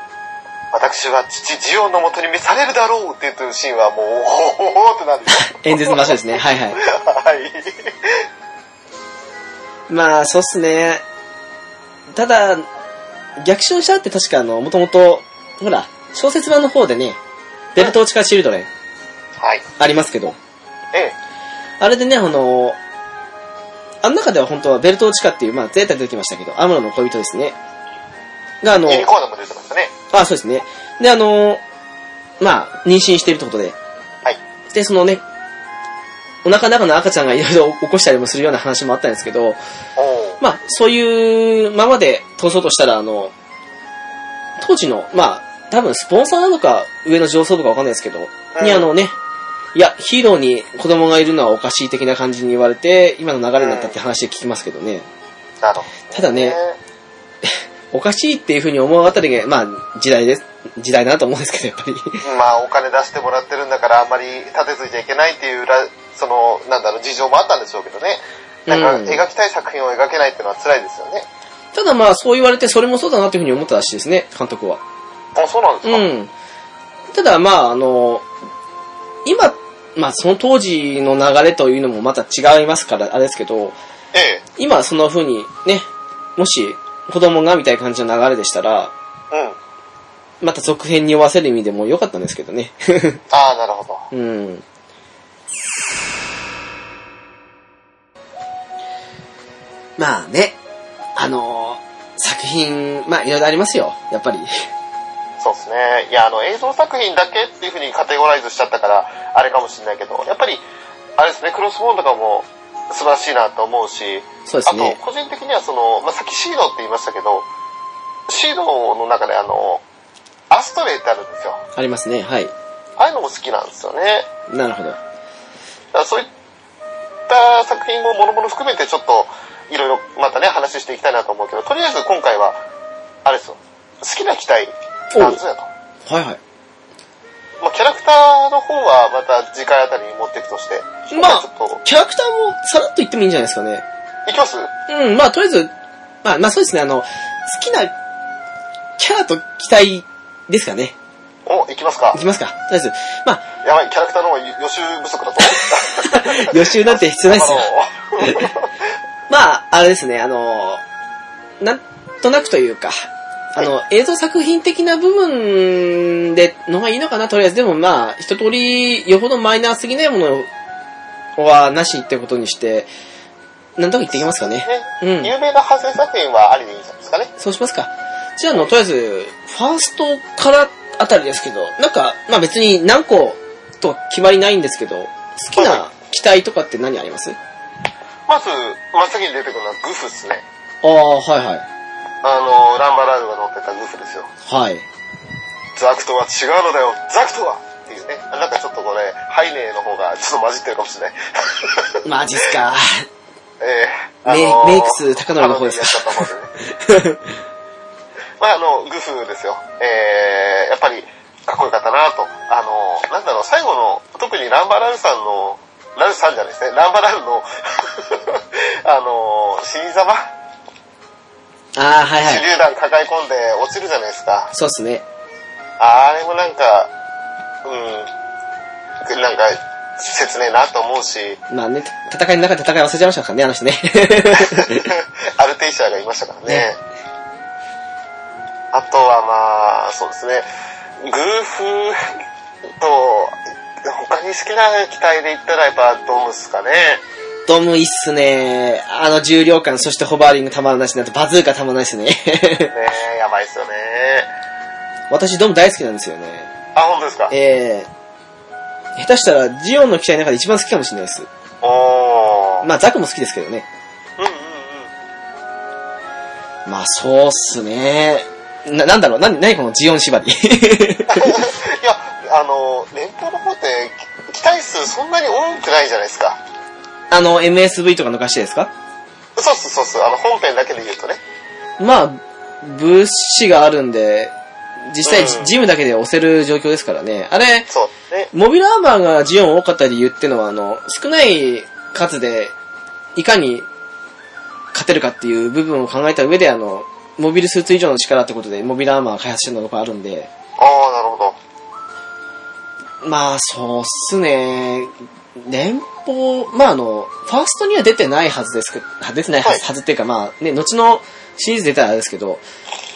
Speaker 2: 私は父ジオンのもとに召されるだろうって言ってるシーンはもう、おーってなるんですよ
Speaker 1: <laughs> 演説の場所です
Speaker 2: <laughs>
Speaker 1: ね。はいはい。
Speaker 2: はい。
Speaker 1: まあ、そうっすね。ただ、逆襲者って確かあの、もともと、ほら、小説版の方でね、ベルト・オチカ・チルドレン
Speaker 2: はい。
Speaker 1: ありますけど、
Speaker 2: ええ。
Speaker 1: あれでね、あの、あの中では本当はベルト・オチカっていう、まあ、ゼータで出てきましたけど、アムロの恋人ですね。が、あの、
Speaker 2: ユニコーナーも出てましたね。
Speaker 1: あ、そうですね。で、あの、まあ、妊娠しているってことで。
Speaker 2: はい。
Speaker 1: で、そのね、お腹の中の赤ちゃんがいろいろ起こしたりもするような話もあったんですけど、
Speaker 2: おー。
Speaker 1: まあ、そういうままで通そうとしたら、あの、当時の、まあ、多分スポンサーなのか、上の上層部かわかんないですけど、
Speaker 2: うん
Speaker 1: にあのね、いや、ヒーローに子供がいるのはおかしい的な感じに言われて、今の流れになったって話で聞きますけどね、
Speaker 2: なるほど。
Speaker 1: ただねおかしいっていう風に思うあたりが、まあ、時代です、時代だなと思うんですけど、やっぱり。 <laughs>
Speaker 2: まあお金出してもらってるんだからあんまり立てついちゃいけないっていうら、その、なんだろう、事情もあったんでしょうけどね。なんか
Speaker 1: うん
Speaker 2: 描きたい作品を描けないっていうのは辛いですよね。
Speaker 1: ただまあ、そう言われて、それもそうだなっていう風に思ったらしいですね、監督は。
Speaker 2: あ、そうなんですか。
Speaker 1: うん。ただまあ、あの、今、まあその当時の流れというのもまた違いますから、あれですけど、
Speaker 2: ええ。
Speaker 1: 今その風にね、もし子供がみたいな感じの流れでしたら、
Speaker 2: うん。
Speaker 1: また続編に追わせる意味でも良かったんですけどね。
Speaker 2: ああ、なるほど。
Speaker 1: うん。まあね、あの、作品、まあいろいろありますよ、やっぱり。 <laughs>
Speaker 2: そうですね。いや、あの、映像作品だけっていうふうにカテゴライズしちゃったから、あれかもしれないけど、やっぱり、あれですね、クロスボーンとかも素晴らしいなと思うし、
Speaker 1: そうで
Speaker 2: あ
Speaker 1: すね
Speaker 2: と、。個人的にはその、まあ、さっきシードって言いましたけど、シードの中であの、アストレイってあるんですよ。
Speaker 1: ありますね、はい。
Speaker 2: ああいうのも好きなんですよね。
Speaker 1: なるほど。
Speaker 2: だからそういった作品も諸々含めてちょっといろいろまたね話していきたいなと思うけど、とりあえず今回は、あれですよ、好きな機体なんぞやと。
Speaker 1: はいはい。
Speaker 2: まあ、キャラクターの方はまた次回あたりに持っていくとして。
Speaker 1: まあ
Speaker 2: ちょっと、
Speaker 1: キャラクターもさらっと言ってもいいんじゃないですかね。
Speaker 2: いきます
Speaker 1: うん、まあとりあえず、まあまあそうですね、あの、好きなキャラと期待ですかね。
Speaker 2: お、いきますか
Speaker 1: いき。ますか。とりあえず、まあ、
Speaker 2: やばい、キャラクターの方は予習不足だと。
Speaker 1: <laughs> 予習なんて必要ないですよ。
Speaker 2: あの
Speaker 1: まあ、あれですね、あの、なんとなくというか、あの、映像作品的な部分でのがいいのかな、とりあえず。でもまあ、一通り、よほどマイナーすぎないものはなしってことにして、なんとか言っていきますかね。 <laughs> うん
Speaker 2: <laughs> ね、有名な派生作品はありでいいんじゃないですかね。
Speaker 1: そうしますか。じゃあ、あの、とりあえず、ファーストからあたりですけど、なんか、まあ別に何個とは決まりないんですけど、好きな機体とかって何あります
Speaker 2: まず、真っ先に出てくるのはグフですね。
Speaker 1: ああ、はいはい。
Speaker 2: あの、ランバラールが乗ってたグフですよ。
Speaker 1: はい。
Speaker 2: ザクとは違うのだよザクとはっていうね。なんかちょっとこれ、ハイネーの方がちょっと混じってるかもしれない。 <laughs>
Speaker 1: マジっす <laughs> か。
Speaker 2: ええ
Speaker 1: メイメイクス高典の方ですか
Speaker 2: あのやっちゃった方でね <laughs> まああの、グフですよ。ええやっぱり、かっこよかったなと。あの、なんだろう、最後の、特にランバラルさんの、ラルさんじゃないですね。ランバラルの、 <laughs> あの、死に様
Speaker 1: ああ、はい
Speaker 2: 手
Speaker 1: はい。
Speaker 2: 榴弾抱え込んで落ちるじゃないですか。
Speaker 1: そうっすね。
Speaker 2: あれもなんか、うん、なんか、切ねえなと思
Speaker 1: <laughs>
Speaker 2: うし、
Speaker 1: まあね、戦いの中で戦い忘れちゃいましたからね、あの
Speaker 2: <laughs>
Speaker 1: 人ね。
Speaker 2: アルテイシャーがいましたからね。あとはまあ、そうですね、グーフと、他に好きな機体で言ったらやっぱドムですかね。
Speaker 1: ドムいいっすね。あの重量感、そしてホバーリングたまらないしね、あとバズーカたまらないっすね。 <laughs>
Speaker 2: ねえ、やばいですよね。
Speaker 1: 私ドム大好きなんですよね。
Speaker 2: あ、本当ですか。
Speaker 1: えー、下手したらジオンの機体の中で一番好きかもしれないです。
Speaker 2: おー。
Speaker 1: まあザクも好きですけどね。
Speaker 2: うんうん
Speaker 1: まあそうっすね。な、なんだろう、な、なにこのジオン縛り。 <laughs>
Speaker 2: うん。いや、あの、連邦の方って機体数そんなに多くないじゃないですか。
Speaker 1: あの、MSV とかの貸してですか
Speaker 2: そうそうそうそう、あの本編だけで言うとね。
Speaker 1: まあ、物資があるんで、実際
Speaker 2: うん
Speaker 1: ジジムだけで押せる状況ですからね。あれ、
Speaker 2: そうね。
Speaker 1: モビルアーマーがジオン多かった理由ってのは、あの、少ない数で、いかに勝てるかっていう部分を考えた上で、あの、モビルスーツ以上の力ってことで、モビルアーマーが開発してるのとかあるんで、
Speaker 2: ああ、なるほど。
Speaker 1: まあ、そうっすね。連邦、まああの、ファーストには出てないはずですけど、あ出てないは
Speaker 2: はい
Speaker 1: ず,、っていうか、まあね、後のシリーズ出たらあれですけど、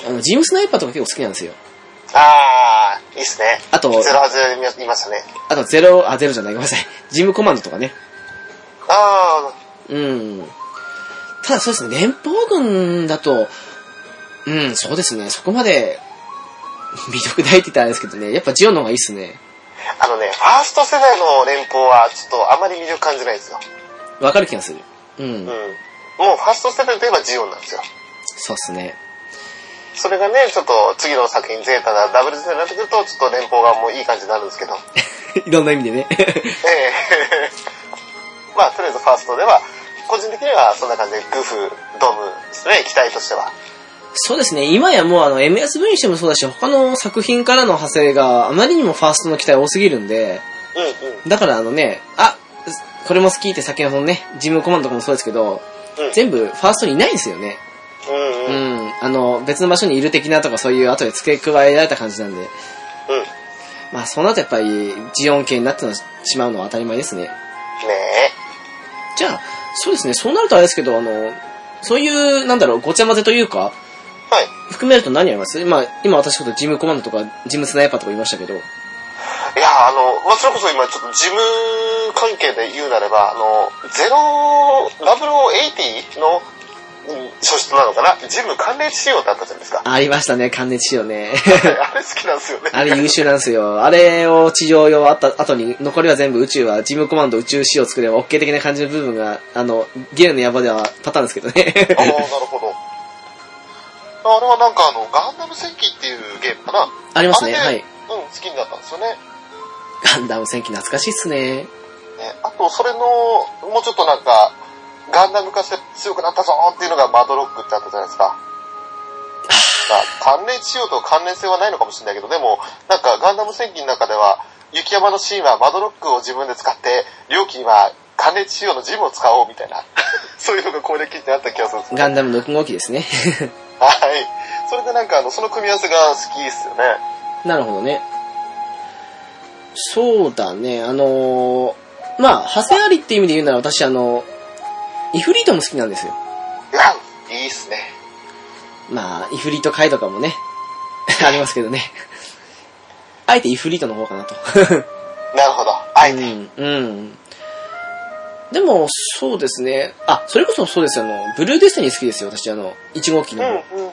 Speaker 1: あの、ジムスナイパーとか結構好きなんですよ。
Speaker 2: ああ、いいっすね。
Speaker 1: あと、
Speaker 2: ゼロハズ見ましたね。
Speaker 1: あとゼロ、あ、ゼロじゃない、ごめんなさい。ジムコマンドとかね。
Speaker 2: あ
Speaker 1: うん。ただそうですね、連邦軍だと、うん、そうですね、そこまで、魅力ないって言ったらあれですけどね、やっぱジオンの方がいいっすね。
Speaker 2: あ、あのね、ファースト世代の連邦はちょっとあまり魅力感じないんですよ。
Speaker 1: わかる気がする。う
Speaker 2: うんん。。もうファースト世代といえばジオンなんですよ。
Speaker 1: そうっすね。 <laughs>
Speaker 2: それがね、ちょっと次の作品ゼータだ、ダブルゼータになってくると、ちょっと連邦がもういい感じになるんですけど。
Speaker 1: いろんな意味でね。
Speaker 2: え <laughs> えまあ、とりあえずファーストでは、個人的にはそんな感じで、グフ、ドムですね、期待としては。
Speaker 1: <laughs> そうですね、今やもうあの MSV にしてもそうだし、他の作品からの派生があまりにもファーストの期待多すぎるんで、
Speaker 2: うんうん。
Speaker 1: だからあのね、あ、これも好きって先ほどね、ジムコマンドとかもそうですけど、
Speaker 2: うん
Speaker 1: 全部ファーストにいないんですよね。
Speaker 2: うん
Speaker 1: う
Speaker 2: うん。
Speaker 1: ん。あの、別の場所にいる的なとかそういう後で付け加えられた感じなんで、
Speaker 2: うん。
Speaker 1: まあそうなるとやっぱりジオン系になってしまうのは当たり前ですね。
Speaker 2: ね
Speaker 1: じゃあ、そうですね、そうなるとあれですけど、あの、そういう、なんだろう、ごちゃ混ぜというか、
Speaker 2: え。はい。
Speaker 1: 含めると何ありますまあ、今私ことジムコマンドとか、ジムスナイパーとか言いましたけど、
Speaker 2: いや、あの、まあ、それこそ今ちょっと事務関係で言うなれば、あの、ゼロ、0080の、うん、書室なのかなジム関連仕様ってあったじゃない
Speaker 1: <laughs>
Speaker 2: ですか。
Speaker 1: ありましたね、関熱仕様ね。 <laughs>
Speaker 2: あれ好きなんですよね。
Speaker 1: あれ優秀なんですよ。あれを地上用あった後に、残りは全部宇宙は、ジムコマンド宇宙仕様作れば OK 的な感じの部分が、あの、ゲルの山ではパターンですけどね。
Speaker 2: ああ、なるほど。あれはなんかあの、ガンダム戦記っていうゲームかな
Speaker 1: <laughs> ありますね、
Speaker 2: あ
Speaker 1: はい
Speaker 2: れで。うん、好きになったんですよね。
Speaker 1: ガンダム戦記懐かしいっすね。
Speaker 2: ねあと、それの、もうちょっとなんか、ガンダム化して強くなったぞーっていうのがマドロックってあったじゃないです <laughs> か。まあ、関連しようと関連性はないのかもしれないけど、でも、なんかガンダム戦記の中では、雪山のシーンはマドロックを自分で使って、料金は関連しようのジムを使おうみたい <laughs> な、そういうのが攻撃になった気がするんです
Speaker 1: ガンダムの6号機ですね。 <laughs>
Speaker 2: はい。それでなんかあの、その組み合わせが好きですよね。
Speaker 1: なるほどね。そうだね、あのーまあ、派生ありって意味で言うなら私、あの、イフリートも好きなんですよ。
Speaker 2: いや、いいっすね。
Speaker 1: まあ、イフリート会とかもね、 <laughs> ありますけどね。あえてイフリートの方かなと。
Speaker 2: なるほど。あ
Speaker 1: <laughs>
Speaker 2: え
Speaker 1: う
Speaker 2: て。
Speaker 1: ん、うん。でも、そうですね。あ、それこそそうですよ。あの、ブルーデスティニー好きですよ。私、あの、1号機の。
Speaker 2: うん。うん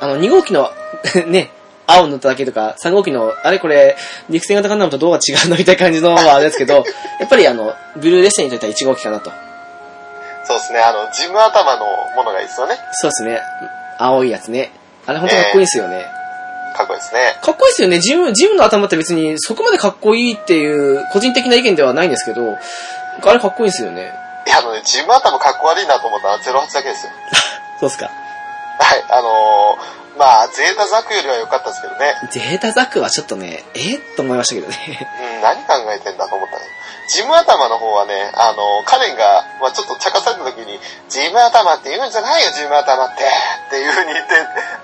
Speaker 1: あの、2号機の、 <laughs> ね、青塗っただけとか、3号機の、あれこれ、陸戦型ガンダムとどうが違うのみたいな感じのはあれですけ <laughs> ど、やっぱりあの、ブルーレステにといたら1号機かなと。
Speaker 2: そうですね。あの、ジム頭のものがいいですよね。
Speaker 1: そうですね。青いやつね。あれほんとかっこいいですよね。
Speaker 2: かっこいいですね。
Speaker 1: かっこいいですよね。ジム、ジムの頭って別にそこまでかっこいいっていう、個人的な意見ではないんですけど、あれかっこいいですよね。
Speaker 2: いや、あのね、ジム頭かっこ悪いなと思ったら08だけですよ。
Speaker 1: そうっすか。
Speaker 2: はい。あのー、まあ、ゼータザクよりは良かったですけどね。
Speaker 1: ゼータザクはちょっとね、えーと思いましたけどね。
Speaker 2: うん、何考えてんだと思ったね。ジム頭の方はね、あのー、カレンが、まあ、ちょっと茶化された時に、ジム頭って言うんじゃないよ、ジム頭ってっていう風に言って、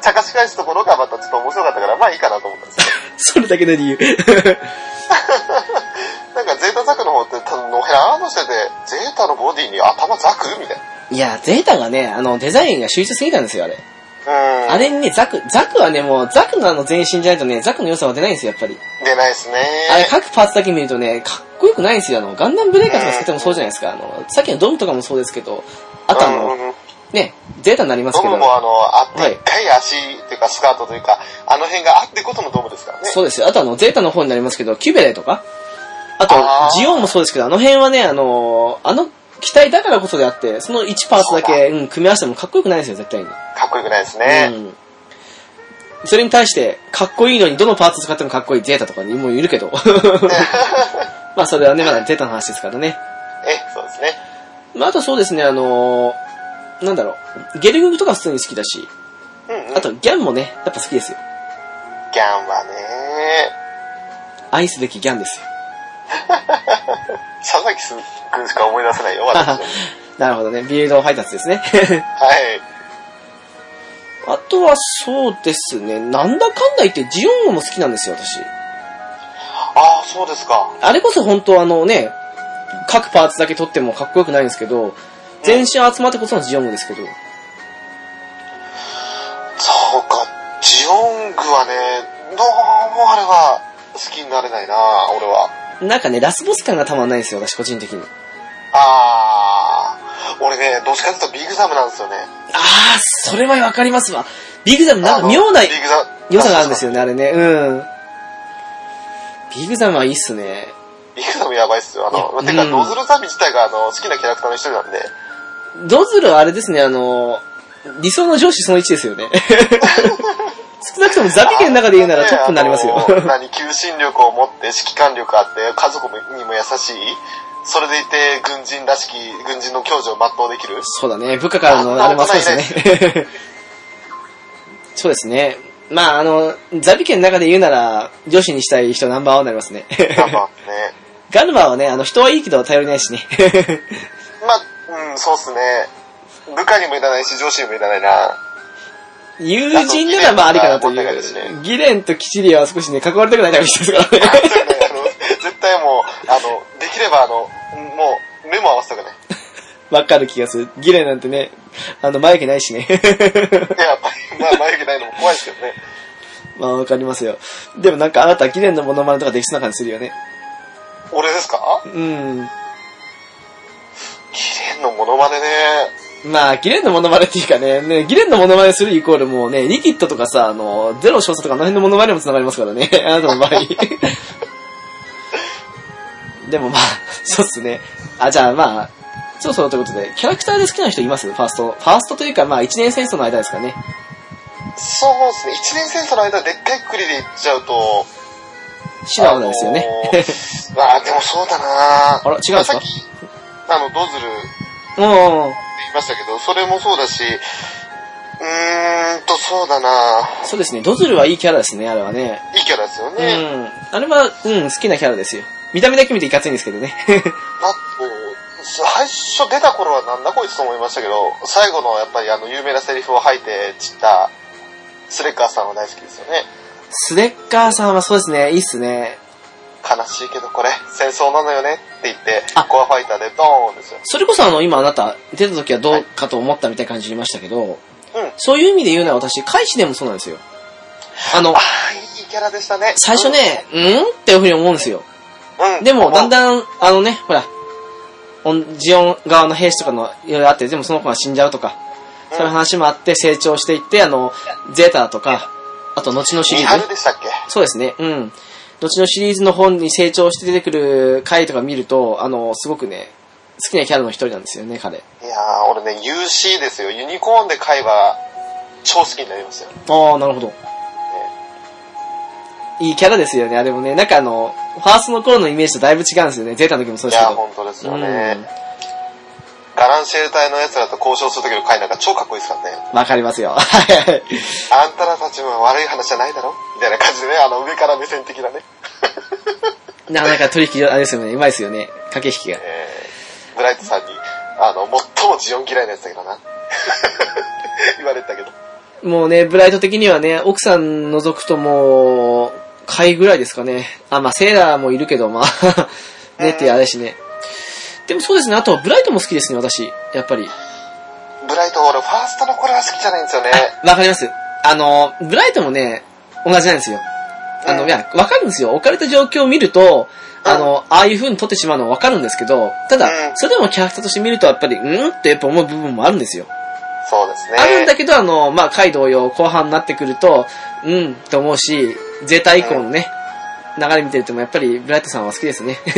Speaker 2: 茶化し返すところがまたちょっと面白かったから、まあいいかなと思ったんですよ。
Speaker 1: <laughs> それだけの理由。
Speaker 2: なんかゼータザクの方って、たぶん、のへらーんとしてて、ゼータのボディに頭ザクみたい
Speaker 1: <laughs> いや、ゼータがね、あの、デザインが秀逸すぎたんですよ、あれ。
Speaker 2: な。うん。
Speaker 1: あれにね、ザク、ザクはね、もう、ザクのあの全身じゃないとね、ザクの良さは出ないんですよ、やっぱり。
Speaker 2: 出ないですね。
Speaker 1: あれ、各パーツだけ見るとね、かっこよくないんですよ。あの、ガンダムブレーカーとか使ってもそうじゃないですか。あの、さっきのドムとかもそうですけど、あとあ
Speaker 2: うん
Speaker 1: の、
Speaker 2: うんうん
Speaker 1: ね、ゼータになります
Speaker 2: ド
Speaker 1: け
Speaker 2: ム
Speaker 1: ど、
Speaker 2: もあの、あ
Speaker 1: は
Speaker 2: って、
Speaker 1: い
Speaker 2: でっかい足っていうかスカートというか、あの辺があってことのドムですからね。
Speaker 1: そうですよ。あとあの、ゼータの方になりますけど、キュベレとか、あと
Speaker 2: あ、ー
Speaker 1: ジオンもそうですけど、あの辺はね、あの、あの、機体だからこそであって、その1パーツだけ、うん、組み合わせてもかっこよくないんですよ、絶対に。
Speaker 2: かっこよくないですね。
Speaker 1: うん。それに対して、かっこいいのにどのパーツ使ってもかっこいいゼータとかにもういるけど。まあそれはね、まだゼータの話ですからね。
Speaker 2: え、そうですね。
Speaker 1: まああとそうですね、あのーなんだろう、ゲルググとか普通に好きだし、
Speaker 2: うん、うん。
Speaker 1: あとギャンもね、やっぱ好きですよ。
Speaker 2: ギャンはね、
Speaker 1: 愛すべきギャンですよ。
Speaker 2: 佐々木すくんしか思い出せない
Speaker 1: <laughs>
Speaker 2: よ、私。はい。
Speaker 1: なるほどね、ビルド配達ですね。 <laughs> あとはそうですね、なんだかんだ言ってジオンゴも好きなんですよ、私。
Speaker 2: ああ、そうですか。
Speaker 1: あれこそ本当あのね、各パーツだけ取ってもかっこよくないんですけど、全身集まってこそのジオンゴですけど、
Speaker 2: そうか、ジオングはね、どうもあれは好きになれないな、俺は。
Speaker 1: なんかね、ラスボス感がたまんないんですよ、私個人的に。
Speaker 2: ああ、俺ね、どっちかというとビッグザムなんですよね。
Speaker 1: あー、それはわかりますわ。ビッグザムなんか妙な
Speaker 2: あのビッグザ
Speaker 1: 良さがあるんです
Speaker 2: よ。
Speaker 1: よね、あれね。うん。ビッグザムはいいっすね。
Speaker 2: ビッグザムやばいっすよ。あの、
Speaker 1: いや
Speaker 2: てか、
Speaker 1: うん
Speaker 2: ノズルザビ自体があの、好きなキャラクターの一人なんで。
Speaker 1: ドズルはあれですね、あの、理想の上司その1です <laughs> よね。少なくともザビゲの中で言うならトップになりますよ。
Speaker 2: あのね何、求心力を持って、指揮官力あって、家族にも優しい。それでいて、軍人らしき、軍人の教授を全うできる。
Speaker 1: そうだね、部下からのあれもそうですね。 <laughs> そうですね。まあ、あの、ザビ家の中で言うなら、女子にしたい人ナンバーワンになりますね。
Speaker 2: まあまあ
Speaker 1: <laughs>
Speaker 2: ね。
Speaker 1: ガルバーはね、あの、人はいいけど頼りないし <laughs> ね。
Speaker 2: まあ、うん、そうっすね。部下にもいらないし、上司にもいらない <laughs> な。
Speaker 1: 友人ならまあありかなとい
Speaker 2: あとギレンと問題がです
Speaker 1: う。
Speaker 2: ね
Speaker 1: ギレンとキチリアは少しね、関わりたくないタイプですからね。
Speaker 2: そういうのあの絶対もう、あの、できればあの、もう、目も合わせたくない。
Speaker 1: <laughs> わかる気がする。ギレンなんてね、あの、眉毛ないしね。 <laughs>
Speaker 2: いや、やっぱり、まあ、眉毛ないのも怖いですけどね。
Speaker 1: まあ、わかりますよ。でもなんかあなたギレンのモノマネとかできそうな感じするよね。
Speaker 2: 俺ですか
Speaker 1: うん。
Speaker 2: 綺麗のモノマネね。
Speaker 1: まあ、ギレンのモノマネっていうかね、ね、ギレンのモノマネするイコールもうね、リキッドとかさ、あの、ゼロ少佐とかあの辺のモノマネも繋がりますからね、 <laughs> あなたの場合。でもまあ、そうっすね。あ、じゃあまあ、そうそうということで、キャラクターで好きな人いますファースト。ファーストというかまあ、一年戦争の間ですかね。
Speaker 2: そうですね。一年戦争の間、でっかいくりでいっちゃうと、
Speaker 1: シナオナですよね。
Speaker 2: あのーまあ、でもそうだな
Speaker 1: <laughs> あら違うんですか
Speaker 2: さっき、あの、ドズルって
Speaker 1: うん。
Speaker 2: 言いましたけど、それもそうだし、うーんと、そうだな
Speaker 1: そうですね、ドズルはいいキャラですね、あれはね。
Speaker 2: いいキャラですよ
Speaker 1: うん。
Speaker 2: ね。
Speaker 1: あれは、うん、好きなキャラですよ。見た目だけ見ていかついんですけどね。 <laughs>
Speaker 2: だと、最初出た頃はなんだこいつと思いましたけど、最後のやっぱりあの有名なセリフを吐いて散ったスレッカーさんは大好きですよね。
Speaker 1: スレッカーさんはそうですね、いいっすね。
Speaker 2: 悲しいけどこれ戦争なのよねって言って
Speaker 1: あ、
Speaker 2: コアファイターでドーンですよ。
Speaker 1: それこそあの、今あなた、出た時はどうかと思ったみたいな感じ言いましたけど、
Speaker 2: うん
Speaker 1: そういう意味で言うなら私、開始でもそうなんですよ。あの
Speaker 2: あ、あ、いいキャラでしたね。
Speaker 1: 最初ね、うんっていうふうに思うんですよ。
Speaker 2: うん、
Speaker 1: でも、だんだん、あのね、ほら、オンジオン側の兵士とかのいろいろあって、でもその子が死んじゃうとか、
Speaker 2: うん
Speaker 1: そういう話もあって成長していって、あの、ゼータとか、あと後のシリー
Speaker 2: ミハ
Speaker 1: ズ
Speaker 2: ル。でしたっけ
Speaker 1: そうですね、うん。後のシリーズの本に成長して出てくる回とか見ると、あの、すごくね、好きなキャラの一人なんですよね、彼。
Speaker 2: いやー、俺ね、UC ですよ。ユニコーンで買えば超好きになりますよ。ね
Speaker 1: ああ、なるほど。いいキャラですよね、あれもね。なんかあの、ファーストの頃のイメージとだいぶ違うんですよね。ゼータの時もそう
Speaker 2: い
Speaker 1: ですけ
Speaker 2: やー、
Speaker 1: ど。
Speaker 2: 本当ですよね。ガランシェル隊の奴らと交渉するときの回なんか超かっこいいですからね。
Speaker 1: わかりますよ。 <laughs> はいはい。
Speaker 2: あんたらたちも悪い話じゃないだろみたいな感じでね、あの上から目線的なね。
Speaker 1: なかなか取引、あれですよね、うまいですよね。駆け引きが。
Speaker 2: えー、ブライトさんに、あの、最もジオン嫌いなやつだけどな。 <laughs> 言われてたけど。
Speaker 1: もうね、ブライト的にはね、奥さん除くともう、回ぐらいですかね。あ、まあ、セーラーもいるけど、まあ、 <laughs> ねっていうあれだしね。でもそうですね、あとはブライトも好きですね、私。やっぱり。
Speaker 2: ブライト、俺、ファーストの頃は好きじゃないんですよね。
Speaker 1: わかります。あの、ブライトもね、同じなんですよ。あの、
Speaker 2: うん
Speaker 1: いや、わかるんですよ。置かれた状況を見ると、あの、ああいう風に撮ってしまうのはわかるんですけど、ただ
Speaker 2: うん、
Speaker 1: それでもキャラクターとして見ると、やっぱり、うんってやっぱ思う部分もあるんですよ。
Speaker 2: そうですね。
Speaker 1: あるんだけど、あの、まあ、回同様、後半になってくると、うんって思うし、ゼータ以降のね、流れ見てるとも、やっぱり、ブライトさんは好きですね。 <laughs>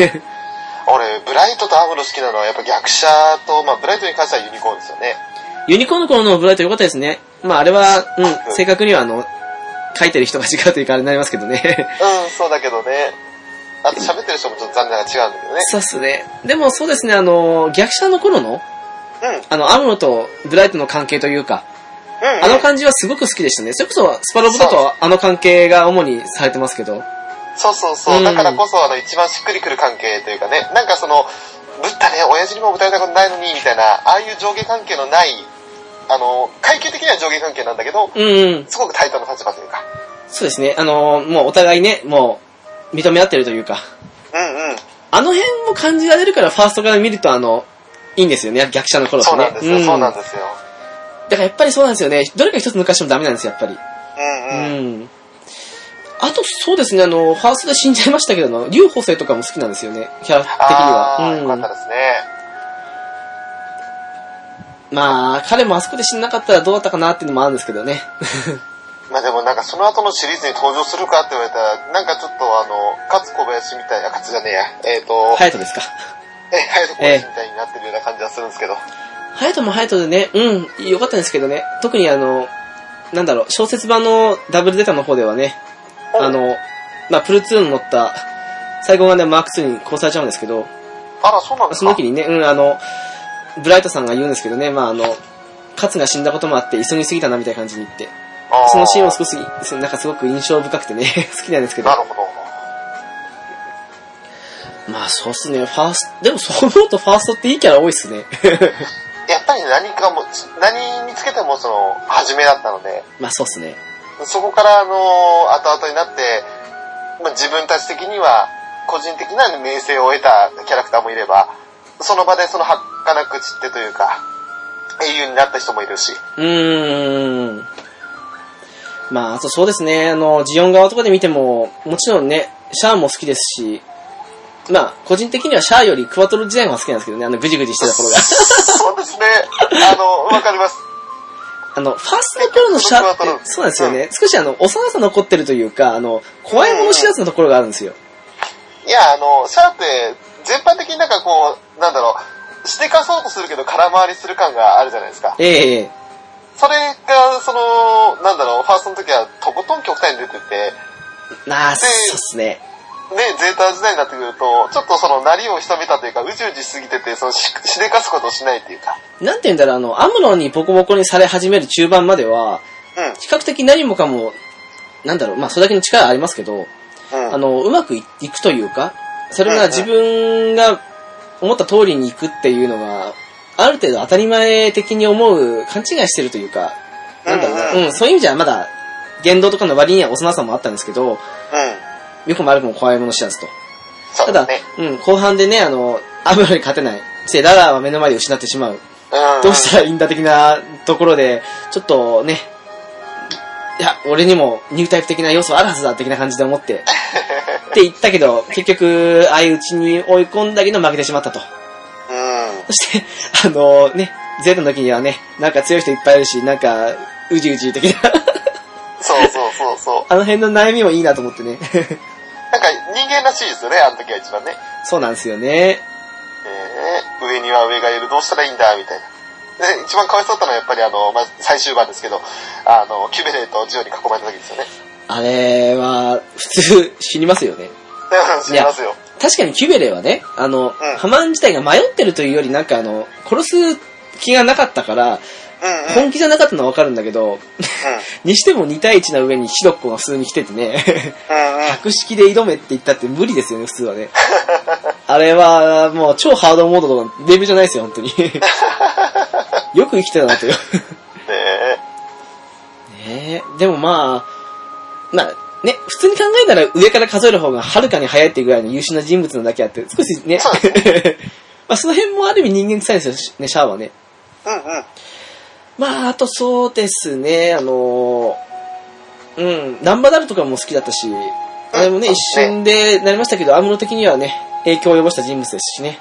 Speaker 2: 俺、ブライトとアムロ好きなのは、やっぱ逆者と、まあ、ブライトに関してはユニコーンですよね。
Speaker 1: ユニコーンの頃のブライト良かったですね。まあ、あれは、うん、正確には、あの、書いてる人が違うというか、あれになりますけどね。
Speaker 2: うん、そうだけどね。あと喋ってる人もちょっと残念ながら違うんだけどね。
Speaker 1: そうっすね。でもそうですね、あの、逆者の頃の、
Speaker 2: うん、うん、
Speaker 1: あの、アムロとブライトの関係というか、
Speaker 2: うん。
Speaker 1: あの感じはすごく好きでしたね。それこそ、スパロボだとあの関係が主にされてますけど。
Speaker 2: そうそうそうう。
Speaker 1: ん
Speaker 2: だからこそ、あの、一番しっくりくる関係というかね、なんかその、ぶったね、親父にもぶたれたことないのに、みたいな、ああいう上下関係のない、あの、階級的には上下関係なんだけど、
Speaker 1: うん、うん。
Speaker 2: すごく対等の立場というか。
Speaker 1: そうですね、あの、もうお互いね、もう、認め合ってるというか、
Speaker 2: うんうん。
Speaker 1: あの辺も感じられるから、ファーストから見ると、あの、いいんですよね、逆者の頃って
Speaker 2: そう
Speaker 1: ね。
Speaker 2: なんですよ、そうなんですよ。
Speaker 1: だからやっぱりそうなんですよね。どれか一つ抜かしてもダメなんですよ、やっぱり。
Speaker 2: うん
Speaker 1: う
Speaker 2: うん。
Speaker 1: ん。あと、そうですね、あの、ファーストで死んじゃいましたけど、あの、竜補正とかも好きなんですよね、キャラ的に
Speaker 2: ああ、
Speaker 1: は。
Speaker 2: よかったですね。
Speaker 1: まあ、彼もあそこで死んなかったらどうだったかなっていうのもあるんですけどね。
Speaker 2: まあでもなんかその後のシリーズに登場するかって言われたら、なんかちょっとあの、勝小林みたいな、勝じゃねえや、えっ、と、
Speaker 1: ハヤトですか。
Speaker 2: え、隼人小林みたいになってるような感じはするんですけど。
Speaker 1: ハハヤトもハヤトでね、うん、良かったんですけどね、特にあの、なんだろう、小説版のダブルデータの方ではね、あの、まあ、プル2に乗った、最後がね、マーク2に殺されちゃうんですけど、
Speaker 2: あら、そうなんです
Speaker 1: その
Speaker 2: か
Speaker 1: 時にね、うん、あの、ブライトさんが言うんですけどね、まあ、あの、カツが死んだこともあって、急ぎすぎたな、みたいな感じに言って、
Speaker 2: あ
Speaker 1: そのシーンも少し、なんかすごく印象深くてね、 <laughs> 好きなんですけど
Speaker 2: な。るほど。
Speaker 1: まあ、そうっすね、ファースト、でもそう思うとファーストっていいキャラ多いっすね。
Speaker 2: やっぱり何かも、何につけてもその、初めだったので、
Speaker 1: まあ、そうっすね。
Speaker 2: そこからあの、後々になって、まあ、自分たち的には、個人的な名声を得たキャラクターもいれば、その場でその儚く散ってというか、英雄になった人もいるし、
Speaker 1: うーん。まあ、あとそうですね、あの、ジオン側とかで見ても、もちろんね、シャアも好きですし、まあ、個人的にはシャアよりクワトロ時代の方が好きなんですけどね、あの、ぐじぐじしてた <laughs> 頃が。
Speaker 2: そうですね。あの、わかります。
Speaker 1: あの、ファーストの頃のシャアって
Speaker 2: クワトロ、
Speaker 1: そうなんですよね、少しあの、幼さ残ってるというか、あの、怖いもの知らずのところがあるんですよ。
Speaker 2: いや、あの、シャアって、全般的になんかこう、なんだろう、してかそうとするけど空回りする感があるじゃないですか。
Speaker 1: ええ
Speaker 2: それが、その、なんだろう、ファーストの時はとことん極端に出てて、
Speaker 1: まあ、そうっすね。
Speaker 2: で、ゼータ時代になってくると、ちょっとその、なりを潜めたというか、うじうじしすぎてて、そのし、しでかすことをしないというか。
Speaker 1: なんて言うんだろう、あの、アムロにボコボコにされ始める中盤までは、
Speaker 2: う
Speaker 1: 比較的何もかも、なんだろう、まあ、それだけの力はありますけど、
Speaker 2: ん。う
Speaker 1: あ
Speaker 2: ん。
Speaker 1: の、うまくいいくというか、それ
Speaker 2: うんう
Speaker 1: が
Speaker 2: ん
Speaker 1: 自分が思った通りに行くっていうのが、ある程度当たり前的に思う、勘違いしてるというか、なんだろう
Speaker 2: うんう
Speaker 1: な、うん、そういう意味じゃまだ、言動とかの割には幼さもあったんですけど、
Speaker 2: うん。
Speaker 1: 良くも悪くも怖いもの知らずと。
Speaker 2: そ
Speaker 1: た
Speaker 2: う
Speaker 1: だ、
Speaker 2: だね。
Speaker 1: うん、後半でね、あの、アムロに勝てない。そして、ララは目の前で失ってしまう。
Speaker 2: うん。
Speaker 1: どうしたらいいんだ的なところで、ちょっとね、いや、俺にもニュータイプ的な要素あるはずだ的な感じで思って、って言ったけど、結局、相打ちに追い込んだけど負けてしまったと。
Speaker 2: うん。
Speaker 1: そして、あのね、ゼータの時にはね、なんか強い人いっぱいいるし、なんか、うじうじ的な、 <laughs>
Speaker 2: そうそうそうそ
Speaker 1: あの辺の悩みもいいなと思ってね。 <laughs>
Speaker 2: う。なんか、人間らしいですよね、あの時は一番ね。
Speaker 1: そうなんですよね。
Speaker 2: えー上には上がいる、どうしたらいいんだ、みたいな。で、一番かわいそうだったのはやっぱりあの、まあ、最終盤ですけど、あの、キュベレーとジオに囲まれた時ですよね。
Speaker 1: あれは、普通、死にますよね。
Speaker 2: うん知りますよ。
Speaker 1: 確かにキュベレーはね、あの、
Speaker 2: ん
Speaker 1: ハマン自体が迷ってるというより、なんかあの、殺す気がなかったから、
Speaker 2: うんうん。うん。
Speaker 1: 本気じゃなかったのはわかるんだけど、にしても2対1の上にシドッコが普通に来ててね、
Speaker 2: <laughs> うんうん。
Speaker 1: 格式で挑めって言ったって無理ですよね、普通はね。あれは、もう超ハードモードのレベルじゃないですよ、本
Speaker 2: <laughs>
Speaker 1: 当に。よく生きてたなとよ。
Speaker 2: ねえ。
Speaker 1: ねえ、でもまあ、まあ、ね、普通に考えたら上から数える方がはるかに早いっていうぐらいの優秀な人物なだけあって、少しね
Speaker 2: そう、
Speaker 1: <laughs> まあその辺もある意味人間臭いんですよ、ね、シャアはね。
Speaker 2: うんうん。
Speaker 1: まあ、あとそうですね、あのー、うん、ナンバダルとかも好きだったし、あれもね、
Speaker 2: うん
Speaker 1: 一瞬でなりましたけど、アムロ的にはね、影響を及ぼした人物ですしね。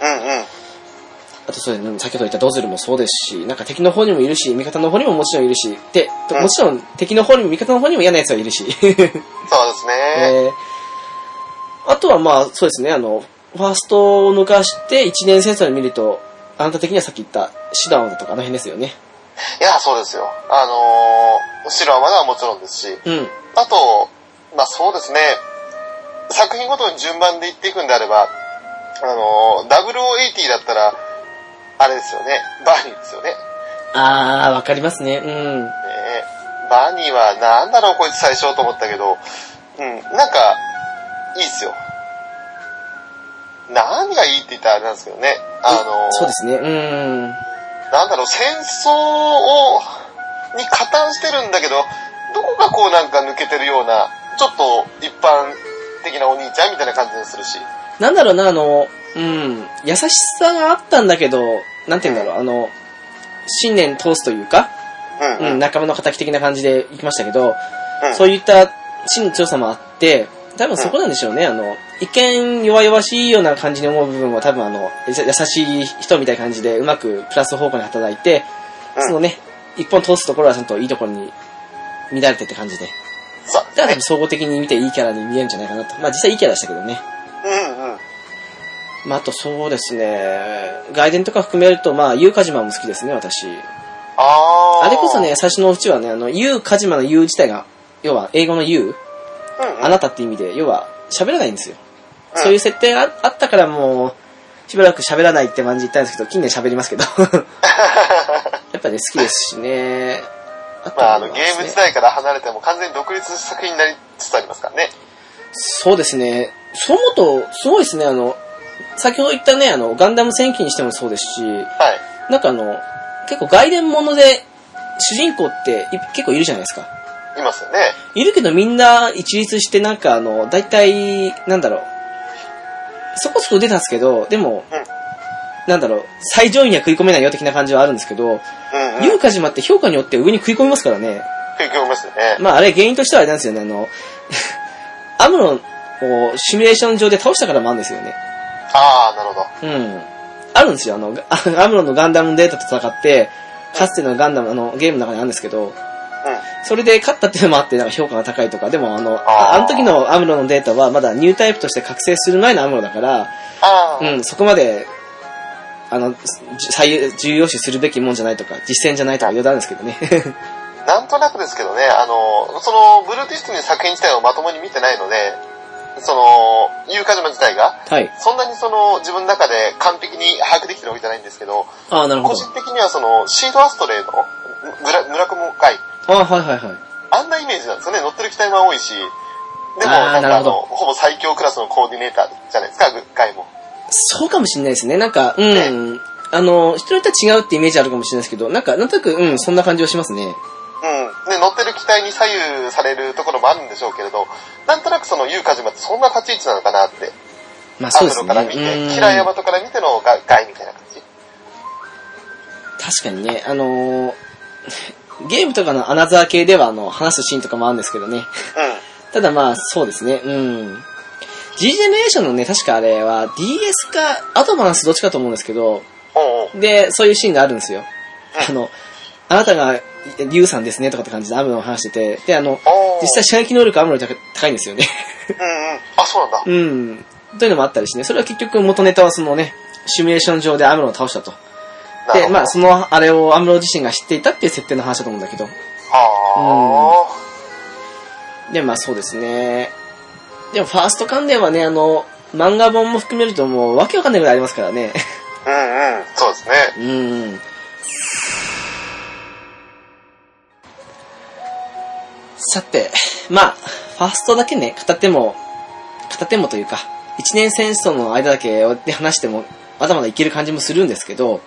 Speaker 2: うんうん。
Speaker 1: あとそうですね、先ほど言ったドズルもそうですし、なんか敵の方にもいるし、味方の方にももちろんいるし、で、
Speaker 2: うん
Speaker 1: もちろん敵の方にも味方の方にも嫌な奴はいるし。
Speaker 2: そうですね。
Speaker 1: <laughs> えーあとはまあ、そうですね、あの、ファーストを抜かして一年戦争を見ると、あなた的にはさっき言ったシダオンだとかあの辺ですよね。
Speaker 2: いや、そうですよ。あのー、白はまだはもちろんですし、
Speaker 1: うん。
Speaker 2: あと、まあそうですね、作品ごとに順番で言っていくんであれば、あのー、0080だったら、あれですよね、バーニーですよね。ね
Speaker 1: あー、わかりますね。うん。
Speaker 2: えバーニーはなんだろうこいつ最初と思ったけど、うん、なんか、いいっすよ。何がいいって言ったらあれなんですけどね。あのー
Speaker 1: そうですね。うん。
Speaker 2: なんだろう、戦争を、に加担してるんだけど、どこかこうなんか抜けてるような、ちょっと一般的なお兄ちゃんみたいな感じもするし。
Speaker 1: なんだろうな、あの、うん、優しさがあったんだけど、なんて言うんだろう、あの、信念通すというか、
Speaker 2: うんう。
Speaker 1: うん
Speaker 2: うん
Speaker 1: ん、。仲間の敵的な感じで行きましたけど、
Speaker 2: うん
Speaker 1: そういった真の強さもあって、多分そこなんでしょうね、あの、一見弱々しいような感じに思う部分は多分あの、や優しい人みたいな感じでうまくプラス方向に働いて、
Speaker 2: うん
Speaker 1: そのね、一本通すところはちゃんといいところに乱れてって感じで。
Speaker 2: そう
Speaker 1: だから多分総合的に見ていいキャラに見えるんじゃないかなと。まあ実際いいキャラでしたけどね。
Speaker 2: うんうん。
Speaker 1: まあ、あとそうですね、外伝とか含めると、まあ、ユーカジマも好きですね、私。
Speaker 2: あー。
Speaker 1: あれこそね、最初のうちはね、あの、ユーカジマのユー自体が、要は英語のユー、
Speaker 2: うんうん、
Speaker 1: あなたって意味で、要は喋らないんですよ。
Speaker 2: うん
Speaker 1: そういう設定がああったからもう、しばらく喋らないって感じで言ったんですけど、近年喋りますけ
Speaker 2: <laughs>
Speaker 1: ど。やっぱね、好きですしね。あと
Speaker 2: まあ、
Speaker 1: は
Speaker 2: あの、ゲーム時代から離れても完全に独立した作品になりつつありますからね。
Speaker 1: そうですね。そう思うと、すごいですね、あの、先ほど言ったね、あの、ガンダム戦記にしてもそうですし、
Speaker 2: はい。
Speaker 1: なんかあの、結構外伝もので、主人公ってい結構いるじゃないですか。
Speaker 2: いますよね。
Speaker 1: いるけどみんな一律してなんかあの、大体、なんだろう。そこそこ出たんですけど、でも、
Speaker 2: うん
Speaker 1: なんだろう、最上位には食い込めないよ的な感じはあるんですけど、
Speaker 2: うんうん。
Speaker 1: ユーカジマって評価によって上に食い込みますからね。
Speaker 2: 結局いますよね。
Speaker 1: まああれ原因としてはあれなんですよね、あの、 <laughs> アムロンをシミュレーション上で倒したからもあるんですよね。
Speaker 2: ああ、なるほど。
Speaker 1: うん。あるんですよ、あの、あアムロンのガ <laughs> ンダムデータと戦って、かつてのガンダム、あの、ゲームの中にあるんですけど、
Speaker 2: うん。
Speaker 1: それで勝ったっていうのもあって、なんか評価が高いとか、でもあの、
Speaker 2: あー
Speaker 1: ああの時のアムロのデータはまだニュータイプとして覚醒する前のアムロだから、
Speaker 2: ああ、
Speaker 1: うん、そこまで、あの、最重要視するべきもんじゃないとか、実践じゃないとか余談ですけどね。 <laughs>
Speaker 2: なんとなくですけどね、あの、その、ブルーティストの作品自体をまともに見てないので、その、ユーカジマ自体が、
Speaker 1: はい。
Speaker 2: そんなにその、自分の中で完璧に把握できてるわけじゃないんですけど、
Speaker 1: ああ、なるほ
Speaker 2: 個
Speaker 1: ど
Speaker 2: 人。的にはその、シードアストレイの、村、村雲会、
Speaker 1: ああ、はいはいはい。
Speaker 2: あんなイメージなんですよね。乗ってる機体も多いし、でも、
Speaker 1: あ
Speaker 2: な
Speaker 1: ー
Speaker 2: んか
Speaker 1: な
Speaker 2: あ
Speaker 1: るほ
Speaker 2: の、ほぼ最強クラスのコーディネーターじゃないですか、ぐ会も。
Speaker 1: そうかもしれないですね。なんか、うん。あの、人によっては違うってイメージあるかもしれないですけど、なんか、なんとなく、うん、そんな感じはしますね。
Speaker 2: うん。で、乗ってる機体に左右されるところもあるんでしょうけれど、なんとなくその、ユーカジマってそんな立ち位置なのかなって、
Speaker 1: まあ
Speaker 2: ア
Speaker 1: そう
Speaker 2: ム
Speaker 1: です
Speaker 2: ロ
Speaker 1: ね。
Speaker 2: から見
Speaker 1: うん
Speaker 2: て、キラヤマトから見てのが外みたいな感じ。
Speaker 1: 確かにね、あのー <laughs> ゲームとかのアナザー系ではあの、話すシーンとかもあるんですけどね。 <laughs>
Speaker 2: うん。
Speaker 1: ただまあ、そうですね、うん。G ジェネレーションのね、確かあれは DS かアドバンスどっちかと思うんですけど、
Speaker 2: おうおう
Speaker 1: で、そういうシーンがあるんですよ。
Speaker 2: う
Speaker 1: あの、あなたが、リュウさんですねとかって感じでアムロン話してて、で、あの、
Speaker 2: おう
Speaker 1: 実際射撃能力アムロン高高いんですよね。 <laughs>
Speaker 2: うんうん。あ、そうなんだ。
Speaker 1: うん。というのもあったりしてね、それは結局元ネタはそのね、シミュレーション上でアムロンを倒したと。
Speaker 2: なるほ
Speaker 1: で、
Speaker 2: ど。
Speaker 1: まあ、その、あれをアムロ自身が知っていたっていう設定の話だと思うんだけど。
Speaker 2: はあ、
Speaker 1: で、まあ、そうですね。でも、ファースト関連はね、あの、漫画本も含めるともう、わけわかんないぐらいありますからね。
Speaker 2: うんうん。そうですね。
Speaker 1: うん。さて、まあ、ファーストだけね、語っても、語ってもというか、一年戦争の間だけで話しても、まだまだいける感じもするんですけど、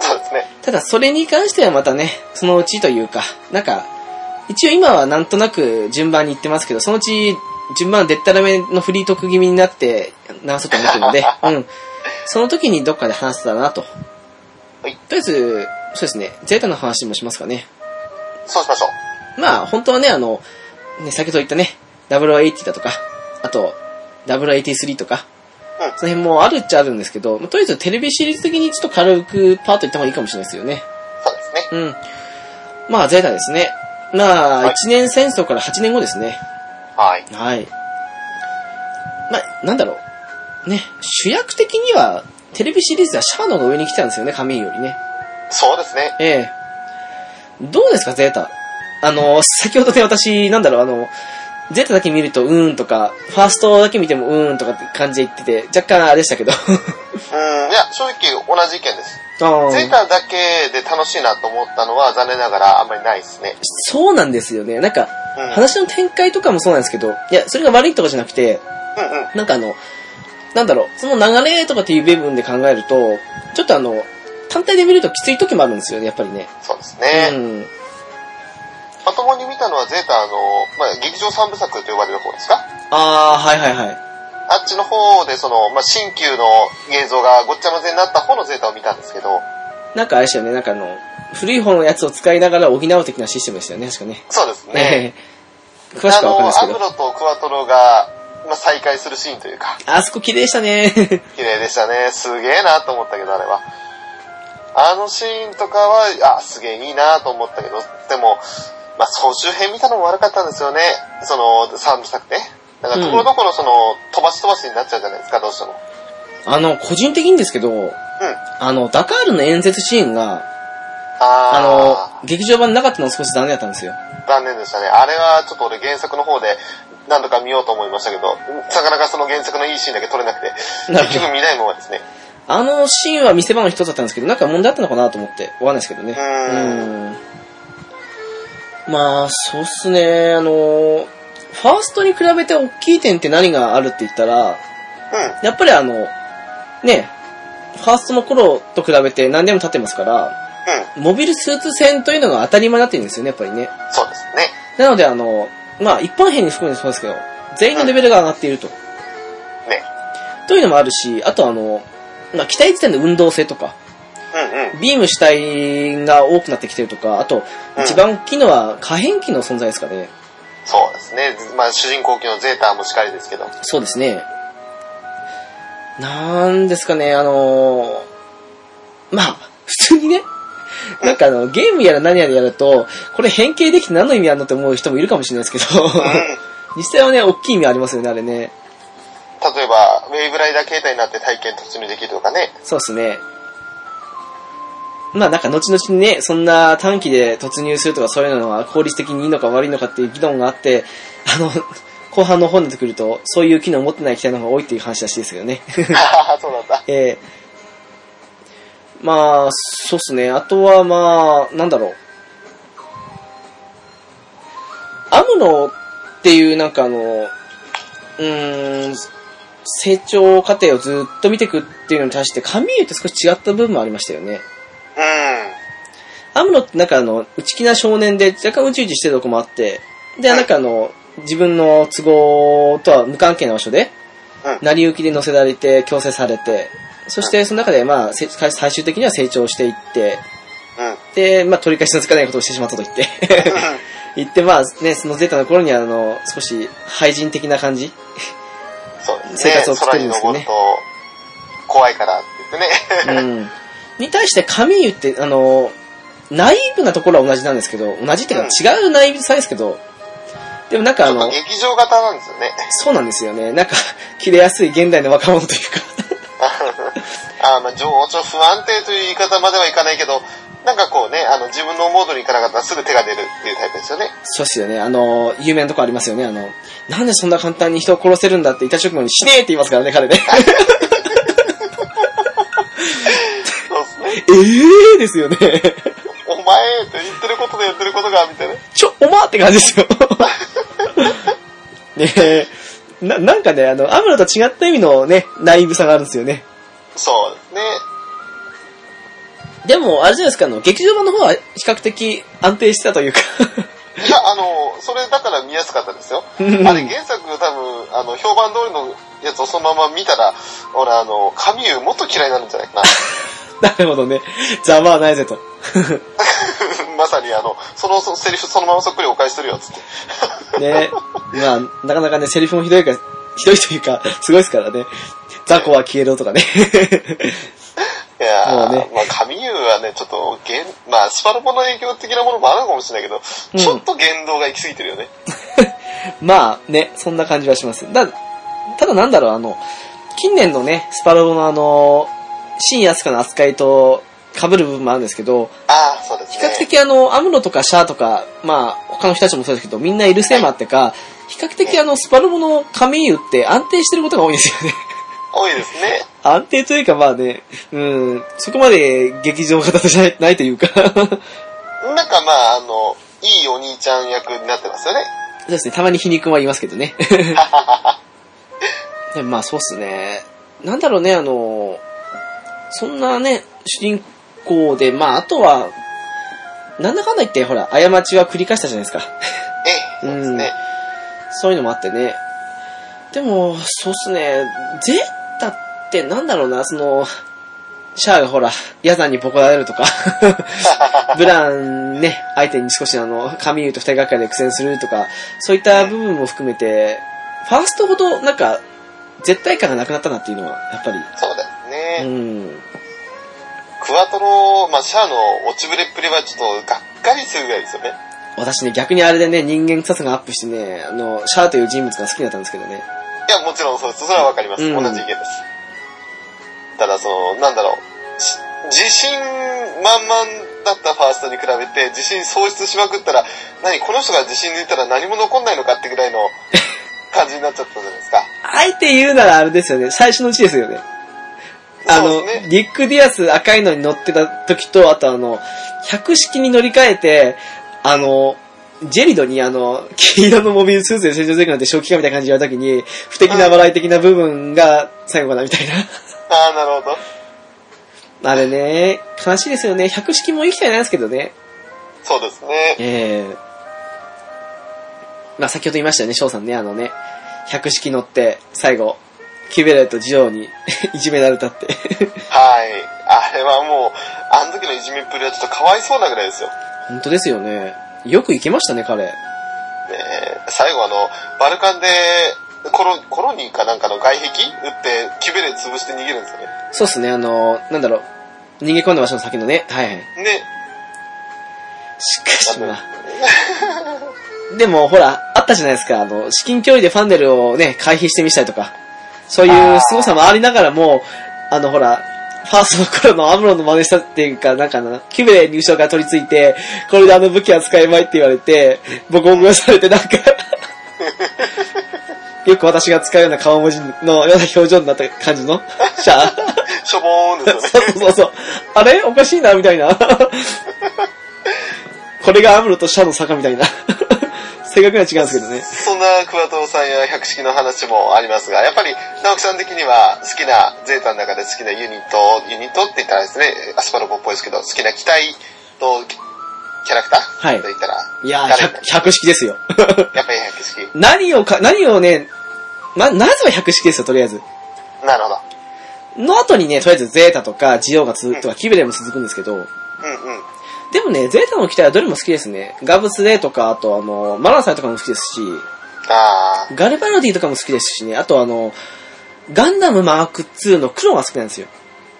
Speaker 2: そうですね。
Speaker 1: ただそれに関してはまたね、そのうちというか、なんか、一応今はなんとなく順番に言ってますけど、そのうち順番でったらめのフリートーク気味になって直そうと思ってるので、
Speaker 2: <laughs>
Speaker 1: うん。その時にどっかで話せたらなと。
Speaker 2: はい
Speaker 1: とりあえず、そうですね、ゼータの話もしますかね。
Speaker 2: そうしましょう。
Speaker 1: まあ、本当はね、あの、ね、先ほど言ったね、0080だとか、あと、0083とか、
Speaker 2: うん
Speaker 1: その辺もあるっちゃあるんですけど、まあとりあえずテレビシリーズ的にちょっと軽くパートいった方がいいかもしれないですよね。
Speaker 2: そうですね。
Speaker 1: うん。まあ、ゼータですね。まあ、
Speaker 2: はい
Speaker 1: 一年戦争から8年後ですね。
Speaker 2: はい。
Speaker 1: はい。まあ、なんだろう。ね、主役的には、テレビシリーズではシャアの方が上に来たんですよね、カミーユよりね。
Speaker 2: そうですね。
Speaker 1: ええどうですか、ゼータ。あの、先ほどね、私、なんだろう、あの、ゼータだけ見ると、うーんとか、ファーストだけ見ても、うーんとかって感じで言ってて、若干あれでした
Speaker 2: <laughs>
Speaker 1: けど。
Speaker 2: うん、いや、正直同じ意見です。
Speaker 1: あー
Speaker 2: ゼータだけで楽しいなと思ったのは残念ながらあんまりないですね。
Speaker 1: そうなんですよね。なんか、
Speaker 2: うん。うんうん。
Speaker 1: 話の展開とかもそうなんですけど、いや、それが悪いとかじゃなくて、なんかあの、なんだろう、その流れとかっていう部分で考えると、ちょっとあの、単体で見るときつい時もあるんですよね、やっぱりね。
Speaker 2: そうですね。
Speaker 1: うん。
Speaker 2: まともに見たのはゼータの、まあ、劇場三部作と呼ばれる方ですか
Speaker 1: あー、はいはいはい。
Speaker 2: あっちの方でその、まあ、新旧の映像がごっちゃ混ぜになった方のゼータを見たんですけど、
Speaker 1: なんかあれでしたよね、なんかあの、古い方のやつを使いながら補う的なシステムでしたよね、確かね。
Speaker 2: そうですね。
Speaker 1: ええ詳しくはわかんないです
Speaker 2: あ
Speaker 1: け
Speaker 2: の、アム
Speaker 1: ど。
Speaker 2: ロとクワトロが、まあ、再会するシーンというか、
Speaker 1: あそこ綺麗でしたね。 <laughs>
Speaker 2: 綺麗でしたね。すげえなと思ったけど、あれは。あのシーンとかは、あ、すげえいいなと思ったけど、でも、まあ、総集編見たのも悪かったんですよね。その、三部作ね。なんか、ところどころその、飛ばし飛ばしになっちゃうじゃないですか、どうしても。
Speaker 1: あの、個人的にですけど、あの、ダカールの演説シーンが、
Speaker 2: あ
Speaker 1: あの、劇場版なかったのは少し残念だったんですよ。
Speaker 2: の、残念でしたね。あれはちょっと俺原作の方で何度か見ようと思いましたけど、なかなかその原作のいいシーンだけ撮れなくて、
Speaker 1: なるほど
Speaker 2: 結局見ないままですね。
Speaker 1: あのシーンは見せ場の一つだったんですけど、なんか問題あったのかなと思って、わかんないですけどね。
Speaker 2: うー
Speaker 1: うんまあ、そうっすね、あの、ファーストに比べて大きい点って何があるって言ったら、
Speaker 2: うん。
Speaker 1: やっぱりあの、ね、ファーストの頃と比べて何年も経ってますから、モビルスーツ戦というのが当たり前になってるんですよね、やっぱりね。
Speaker 2: うん。そうですね。
Speaker 1: なので、あの、まあ、一般編に含めてそうですけど、全員のレベルが上がっていると。
Speaker 2: ね。
Speaker 1: というのもあるし、あとあの、まあ、機体自体の運動性とか、
Speaker 2: うんうん。
Speaker 1: ビーム主体が多くなってきてるとか、あと、
Speaker 2: うん
Speaker 1: 一番大きいのは可変機の存在ですかね。
Speaker 2: そうですね。まあ主人公級のゼータもしっかりですけど。
Speaker 1: そうですね。なんですかね、あのまあ、普通にね、なんかあの、ゲームやら何やらやると、これ変形できて何の意味あるのって思う人もいるかもしれないですけど、
Speaker 2: うん
Speaker 1: <laughs> 実際はね、大きい意味ありますよね、あれね。
Speaker 2: 例えば、ウェイブライダー形態になって体験突入できると
Speaker 1: <laughs>
Speaker 2: かね。
Speaker 1: そうですね。まあなんか後々にね、そんな短期で突入するとかそういうのは効率的にいいのか悪いのかっていう議論があって、あの、後半の方に出てくると、そういう機能を持ってない機体の方が多いっていう話らしいですよね。
Speaker 2: ああ、そうなんだ。
Speaker 1: えーまあ、そうっすね。あとはまあ、なんだろう。アムロっていうなんかあの、うーん、成長過程をずっと見ていくっていうのに対して、カミーユって少し違った部分もありましたよね。
Speaker 2: う
Speaker 1: アムロってなんかあの、内気な少年で若干宇宙一してるとこもあって、で、なんかあの、自分の都合とは無関係な場所で、
Speaker 2: ん。うん。
Speaker 1: 成り行きで乗せられて、強制されて、そしてその中で、まあ、せ最終的には成長していって、 <laughs>
Speaker 2: うん。
Speaker 1: で、まあ、取り返しのつかないことをしてしまったと言って、 <laughs> 言って、まあ、ね、そのゼータの頃には、あの、少し、廃人的な感じ。
Speaker 2: そうです
Speaker 1: 生
Speaker 2: ね。
Speaker 1: 活を作るんですよ
Speaker 2: 空
Speaker 1: ね
Speaker 2: に登ると、怖いからって言ってね。
Speaker 1: うん。に対して、カミーユって、あの、ナイーブなところは同じなんですけど、同じっていうか、違うナイーブさですけど、でもなんか、
Speaker 2: ち
Speaker 1: あ
Speaker 2: ょっと
Speaker 1: の、
Speaker 2: <laughs> 劇場型なんですよね。
Speaker 1: そうなんですよね。なんか、 <laughs> 切れやすい現代の若者というか。 <laughs>
Speaker 2: <laughs> あの、情緒不安定という言い方まではいかないけど、なんかこうね、あの、自分のモードに行かなかったらすぐ手が出るっていうタイプですよね。
Speaker 1: そうですよね。あの、有名なとこありますよね。あの、なんでそんな簡単に人を殺せるんだって言った直後に死ねえって言いますからね、彼ね。 <laughs>
Speaker 2: そうですね。
Speaker 1: ええーですよね。
Speaker 2: <laughs>
Speaker 1: <laughs>
Speaker 2: お前と言ってることで言ってることが、みたいな。
Speaker 1: ちょ、おまーって感じですよ。 <laughs> ねえ。な、なんかね、あの、アムロと違った意味のね、ナイーブさがあるんですよね。
Speaker 2: そうですね。
Speaker 1: でも、あれじゃないですか、あの、劇場版の方は比較的安定してたというか。 <laughs>
Speaker 2: いや、あの、それだから見やすかったですよ。あ
Speaker 1: うん
Speaker 2: れ原作多分、あの、評判通りのやつをそのまま見たら、俺あの、神優もっと嫌いになるんじゃないかな。 <laughs>
Speaker 1: なるほどね。ざまはないぜと。
Speaker 2: まさにあの、そのそセリフそのままそっくりお返しするよ、つって。
Speaker 1: ねまあ、なかなかね、セリフもひどいか、ひどいというか、すごいですからね。雑魚は消えろとかね。 <laughs>
Speaker 2: いやー、
Speaker 1: もうね
Speaker 2: まあ、神優はね、ちょっと、げんまあ、スパルボの影響的なものもあるのかもしれないけど、
Speaker 1: うん
Speaker 2: ちょっと言動が行き過ぎてるよね。
Speaker 1: まあね、そんな感じはします。だ、ただなんだろう、あの、近年のね、スパロボのあの、新安かの扱いと被る部分もあるんですけど、
Speaker 2: ああ、そうです
Speaker 1: 比
Speaker 2: ね。
Speaker 1: 較的あの、アムロとかシャアとか、まあ、他の人たちもそうですけど、みんなイルセーマーってか、比較的あの、スパロボのカミーユって安定してることが多いんですよね。
Speaker 2: 多いですね。
Speaker 1: 安定というかまあね、うん、そこまで劇場型じゃないというか、 <laughs>
Speaker 2: なんかまあ、あの、いいお兄ちゃん役になってますよね。
Speaker 1: そうですね、たまに皮肉は言いますけどね。 <laughs> でもまあそうっすね。なんだろうね、あの、そんなね、主人公で、まああとは、なんだかんだ言って、ほら、過ちは繰り返したじゃないですか。
Speaker 2: ええ、そうですね。
Speaker 1: そういうのもあってね。でも、そうっすね、ゼータってなんだろうな、その、シャアがほら、ヤザンにボコられるとか、ブランね、相手に少しあの、カミユと二人がかりで苦戦するとか、そういった部分も含めて、ファーストほどなんか、絶対感がなくなったなっていうのは、やっぱり、
Speaker 2: そうですね。
Speaker 1: うん。
Speaker 2: クワトロ、まあ、シャアの落ちぶれっぷりはちょっとがっかりするぐらいですよね。
Speaker 1: 私ね、逆にあれでね、人間臭さがアップしてね、あの、シャアという人物が好きだったんですけどね。
Speaker 2: いや、もちろんそうです。それはわかります。
Speaker 1: うん
Speaker 2: 同じ意見です。から、その、なんだろう、し自信満々だったファーストに比べて、自信喪失しまくったら、何、この人が自信抜いたら何も残んないのかってぐらいの感じになっちゃったじゃないですか。
Speaker 1: あえて言うならあれですよね、最初のうちですよね。あ
Speaker 2: そ
Speaker 1: の、
Speaker 2: うですね
Speaker 1: ディック・ディアス赤いのに乗ってた時と、あとあの、百式に乗り換えて、あの、ジェリドにあの、黄色のモビルスーツで成長できるなんて正気かみたいな感じでやるときに、不敵な笑い的な部分が最後かなみたい
Speaker 2: ああ、なるほど。
Speaker 1: な。あれね、悲しいですよね。百式も生きてないですけどね。
Speaker 2: そうですね。
Speaker 1: ええまあ先ほど言いましたよね、翔さんね、あのね、百式乗って、最後、キューベレット女王に <laughs> いじめられたって。
Speaker 2: はい。あれはもう、あの時のいじめっぷりはちょっとかわいそうなぐらいですよ。ね
Speaker 1: 本当ですよね。よく行きましたね、彼。
Speaker 2: え最後あの、バルカンで、コロコロニーかなんかの外壁打って、キュベレ潰して逃げるんですよね。
Speaker 1: そうっすね、あの、なんだろう、逃げ込んだ場所の先のね、はいはい。
Speaker 2: ね、
Speaker 1: しかしまあ。でも、ほら、あったじゃないですか、あの、至近距離でファンネルをね、回避してみせたりとか、そういう凄さもありながらも、あの、ほら、ファーストの頃のアムロの真似したっていうか、なんかな、キュベレ入賞が取り付いて、これであの武器は使えまいって言われて、ボコボコにされて、なんか、よく私が使うような顔文字のような表情になった感じの、シャー。
Speaker 2: しょぼーんです
Speaker 1: そ
Speaker 2: よね。
Speaker 1: うそうそうそう。あれおかしいな、みたいな。これがアムロとシャアの坂みたいな。正確には違うんですけどね。
Speaker 2: そんなクワトロさんや百式の話もありますが、やっぱり直樹さん的には好きな、ゼータの中で好きなユニット、ユニットって言ったらですね、アスパラコっぽいですけど、好きな機体とキャラクター
Speaker 1: はい
Speaker 2: と言ったら、
Speaker 1: いやー、
Speaker 2: 誰にな
Speaker 1: 百
Speaker 2: る
Speaker 1: 百式ですよ。
Speaker 2: やっぱり百式。
Speaker 1: 何をか、何をね、ま、まずは百式ですよ、とりあえず。
Speaker 2: なるほど。
Speaker 1: の後にね、とりあえずゼータとかジオウが続くとか、キベレも続くんですけど、
Speaker 2: うんうん。
Speaker 1: でもね、ゼータの機体はどれも好きですね。ガブスレーとか、あとあの、マラサイとかも好きですし、
Speaker 2: あ
Speaker 1: ガルバルディとかも好きですしね、あとあの、ガンダムマーク2の黒が好きなんですよ。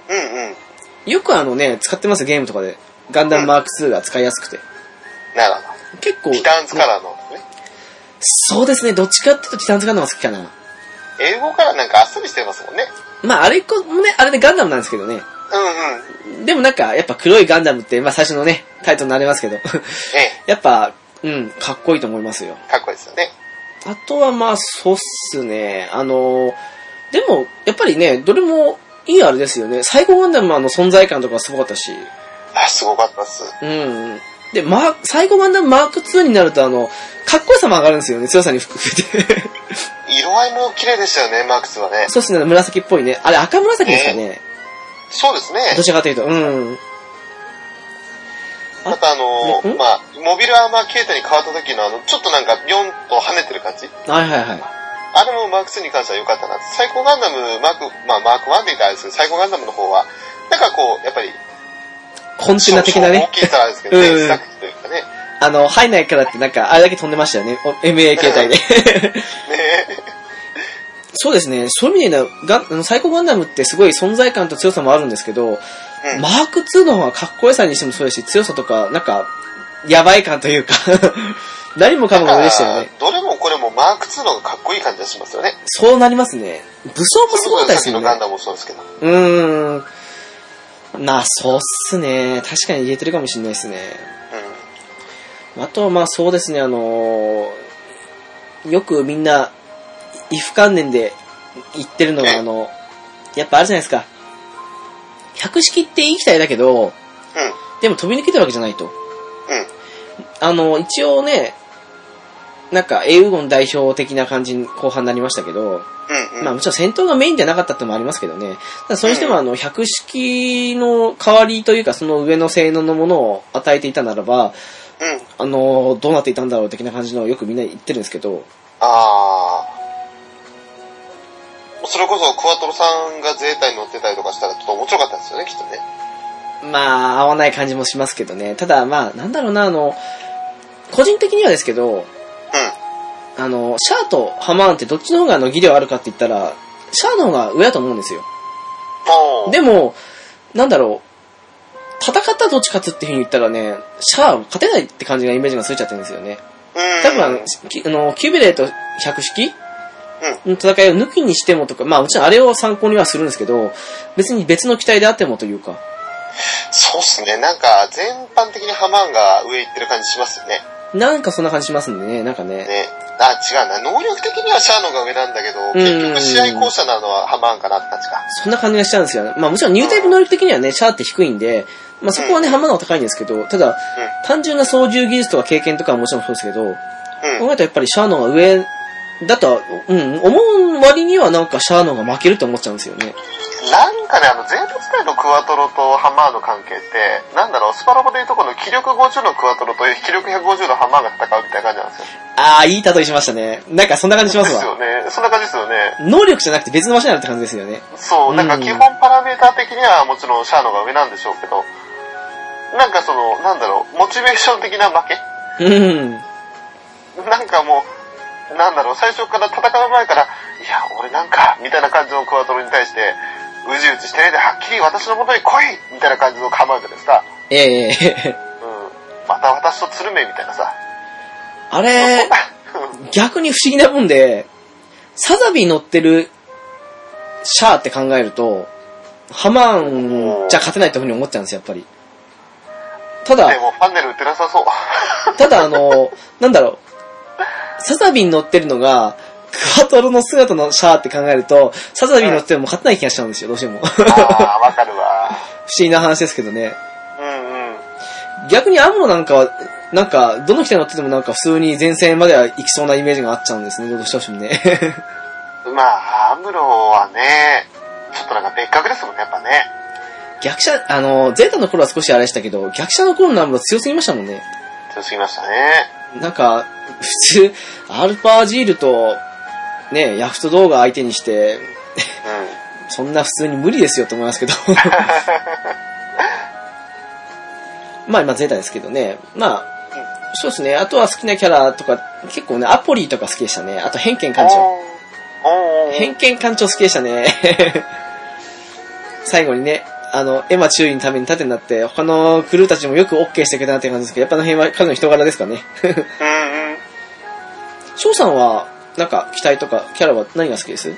Speaker 2: ー、うんうん。
Speaker 1: よくあのね、使ってますゲームとかで。ガンダムマーク2が使いやすくて。
Speaker 2: なるほど。
Speaker 1: 結構。
Speaker 2: ティターンズカラーのね。
Speaker 1: そうですね、どっちかっていうとティターンズガンダムが好きかな。
Speaker 2: 英語からなんかあっさりしてますもんね。
Speaker 1: まあ、あれこもね、あれでガンダムなんですけどね。
Speaker 2: うんうん。
Speaker 1: でもなんか、やっぱ黒いガンダムって、まあ最初のね、タイトルになれますけど。 <laughs>
Speaker 2: え
Speaker 1: やっぱ、うん、かっこいいと思いますよ。
Speaker 2: え、かっこいいですよね。
Speaker 1: あとはまあ、そうっすね。あのー、でも、やっぱりね、どれもいいあれですよね。最後ガンダムはあの存在感とかすごかったし。
Speaker 2: あ、すごかったっす。
Speaker 1: うん。で、マー最後ガンダムマーク2になると、あの、かっこよさも上がるんですよね、強さに <laughs> 含めて。
Speaker 2: 色合いも綺麗でしたよね、マークスはね。
Speaker 1: そうですね、紫っぽいね。あれ、赤紫ですかね。
Speaker 2: そうですね。
Speaker 1: どちらかというと、うん。あ
Speaker 2: またあの
Speaker 1: うん
Speaker 2: まあ、モビルアーマー形態に変わった時のあの、ちょっとなんか、ビョンと跳ねてる感じ
Speaker 1: はいはいはい。
Speaker 2: あれもマーク2に関しては良かったな。最高ガンダム、マーク、まあマーク1で言ったらあれですけど、最高ガンダムの方は、なんかこう、やっぱり、
Speaker 1: コンテナ的な
Speaker 2: 大
Speaker 1: ね。
Speaker 2: きいからですけどね、
Speaker 1: うん
Speaker 2: 自作機というかね。ね
Speaker 1: あの、入んないからってなんか、あれだけ飛んでましたよね。お MA 形態で。そうですね、そういう意味で言うのはガンあの、サイコガンダムってすごい存在感と強さもあるんですけど、
Speaker 2: うん
Speaker 1: マーク2の方がかっこよさにしてもそうですし、強さとか、なんか、やばい感というか、 <laughs> 何もかもがでしたよね。
Speaker 2: どれもこれもマーク2の方がかっこいい感じがしますよね。
Speaker 1: そうなりますね。武装もすごかったですよ
Speaker 2: のガン
Speaker 1: ね。
Speaker 2: ダムもそうですけど。
Speaker 1: うーん。まあ、そうっすね。確かに言えてるかもしれないですね。
Speaker 2: う
Speaker 1: あとはまあそうですね、あのーよくみんな、いif 観念で言ってるのが、
Speaker 2: え
Speaker 1: あの、やっぱあるじゃないですか。百式っていい機体だけど、
Speaker 2: ん。うん。
Speaker 1: でも飛び抜けてるわけじゃないと。
Speaker 2: うん。
Speaker 1: あの、一応ね、なんか、英ウゴン代表的な感じに後半になりましたけど、
Speaker 2: うん。うん。
Speaker 1: まあもちろん戦闘がメインじゃなかったってのもありますけどね。ただそれにしてもあの、百式の代わりというか、その上の性能のものを与えていたならば、
Speaker 2: うん。
Speaker 1: あのーどうなっていたんだろう的な感じのをよくみんな言ってるんですけど、
Speaker 2: あー。それこそ、クワトロさんがゼータに乗ってたりとかしたら、ちょっと面白かったですよね、きっとね。
Speaker 1: まあ、合わない感じもしますけどね。ただ、まあ、なんだろうな、あの、個人的にはですけど、あの、シャアとハマーンってどっちの方があの技量あるかって言ったら、シャアの方が上だと思うんですよ。
Speaker 2: うん。おー
Speaker 1: でも、なんだろう、戦ったらどっち勝つっていう風に言ったらね、シャアは勝てないって感じがイメージがついちゃってるんですよね。
Speaker 2: うん。
Speaker 1: 多分、あの、きあのキューベレーと百式
Speaker 2: う
Speaker 1: 戦いを抜きにしてもとか、まあ、うちのあれを参考にはするんですけど、別に別の機体であってもというか、
Speaker 2: そうっすね。なんか、全般的にハマーンが上行ってる感じしますよね。
Speaker 1: なんかそんな感じしますんでね、なんかね。
Speaker 2: ね。あ、違うな。能力的にはシャーノが上なんだけど、
Speaker 1: ん
Speaker 2: 結局試合巧者なのはハマーンかなって感じか。
Speaker 1: そんな感じがしちゃうんですよ。まあもちろんニュータイプ能力的にはね、シャーって低いんで、まあそこはね、ハンマーの方が高いんですけど、ただ、単純な操縦技術とか経験とかはもちろんそうですけど、
Speaker 2: う
Speaker 1: 考
Speaker 2: ん。
Speaker 1: えたらやっぱりシャーノンが上だとは、うん、思う割にはなんかシャーノンが負けると思っちゃうんですよね。
Speaker 2: なんかね、あの、前列隊のクワトロとハマーンの関係って、なんだろう、スパロボでいうとこの気力50のクワトロと気力150のハマーンが戦うみたいな感じなんですよ。
Speaker 1: あー、いい例えしましたね。なんかそんな感じします
Speaker 2: です
Speaker 1: わ。
Speaker 2: よね。そんな感じですよね。
Speaker 1: 能力じゃなくて別の場所になるって感じですよね。
Speaker 2: そう、なん
Speaker 1: う
Speaker 2: か
Speaker 1: ん
Speaker 2: 基本パラメーター的にはもちろんシャーノが上なんでしょうけど、なんかその、なんだろう、モチベーション的な負け <laughs>
Speaker 1: うん。
Speaker 2: なんかもう、なんだろう、最初から戦う前から、いや、俺なんか、みたいな感じのクワトロに対して、うじうじしてねえで、はっきり私の元に来いみたいな感じの構えでですか。
Speaker 1: ええ
Speaker 2: うん。また私とつるめみたいなさ。
Speaker 1: あれ、逆に不思議なもんで、サザビに乗ってるシャアって考えると、ハマーンじゃ勝てないというふうに思っちゃうんですよ、やっぱり。た
Speaker 2: <laughs> で
Speaker 1: だ、
Speaker 2: も、ファンネル打ってなさ
Speaker 1: <laughs>
Speaker 2: そう。
Speaker 1: ただあの、なんだろう、サザビに乗ってるのが、クワトロの姿のシャアって考えると、サザビに乗っても勝てない気がしちゃうんですよ、どうしても。不思
Speaker 2: ああ、わかるわ。
Speaker 1: 議な話ですけどね。
Speaker 2: うんうん。
Speaker 1: 逆にアムロなんかは、なんか、どの機体乗っててもなんか普通に前線までは行きそうなイメージがあっちゃうんですね、どうしてもね。 <laughs>
Speaker 2: まあ、アムロはね、ちょっとなんか別格ですもんね、やっぱね。
Speaker 1: 逆者、あの、ゼータの頃は少しあれでしたけど、逆者の頃のアムロ強すぎましたもんね。
Speaker 2: 強すぎましたね。
Speaker 1: なんか、普通、アルパージールと、ね、ヤフト動画相手にして、
Speaker 2: うん。
Speaker 1: そんな普通に無理ですよと思いますけど。 <laughs> まあ今ゼータですけどね。まあ、そうですね。あとは好きなキャラとか、結構ね、アポリーとか好きでしたね。あと偏見館長。
Speaker 2: おーおー
Speaker 1: 偏見館長好きでしたね。 <laughs> 最後にね、あの、エマ注意のために盾になって、他のクルーたちもよく OK してくれたなって感じですけど、やっぱあの辺は彼の人柄ですかね。
Speaker 2: うんうん。
Speaker 1: 翔さんは、なんか、期待とか、キャラは何が好きです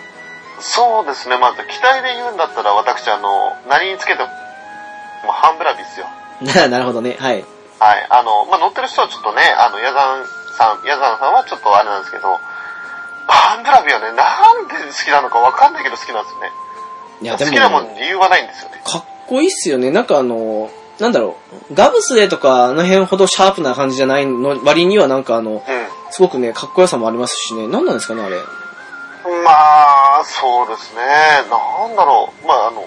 Speaker 2: そうですね、まず、機体で言うんだったら、私、あの、何につけても、もうハンブラビですよ。
Speaker 1: <laughs> な、なるほどね。はい。
Speaker 2: はい。あの、まあ、乗ってる人はちょっとね、あの、ヤザンさん、ヤザンさんはちょっとあれなんですけど、ハンブラビはね、なんで好きなのかわかんないけど好きなんですよね。
Speaker 1: い
Speaker 2: 好きなもんに理由はないんですよね。
Speaker 1: かっこいいっすよね。なんかあの、なんだろう、ガブスレとかあの辺ほどシャープな感じじゃないの割にはなんかあの、すごくね、かっこよさもありますしね。なんなんですかね、あれ。
Speaker 2: うん。まあ、そうですね、なんだろう、まあ、あの、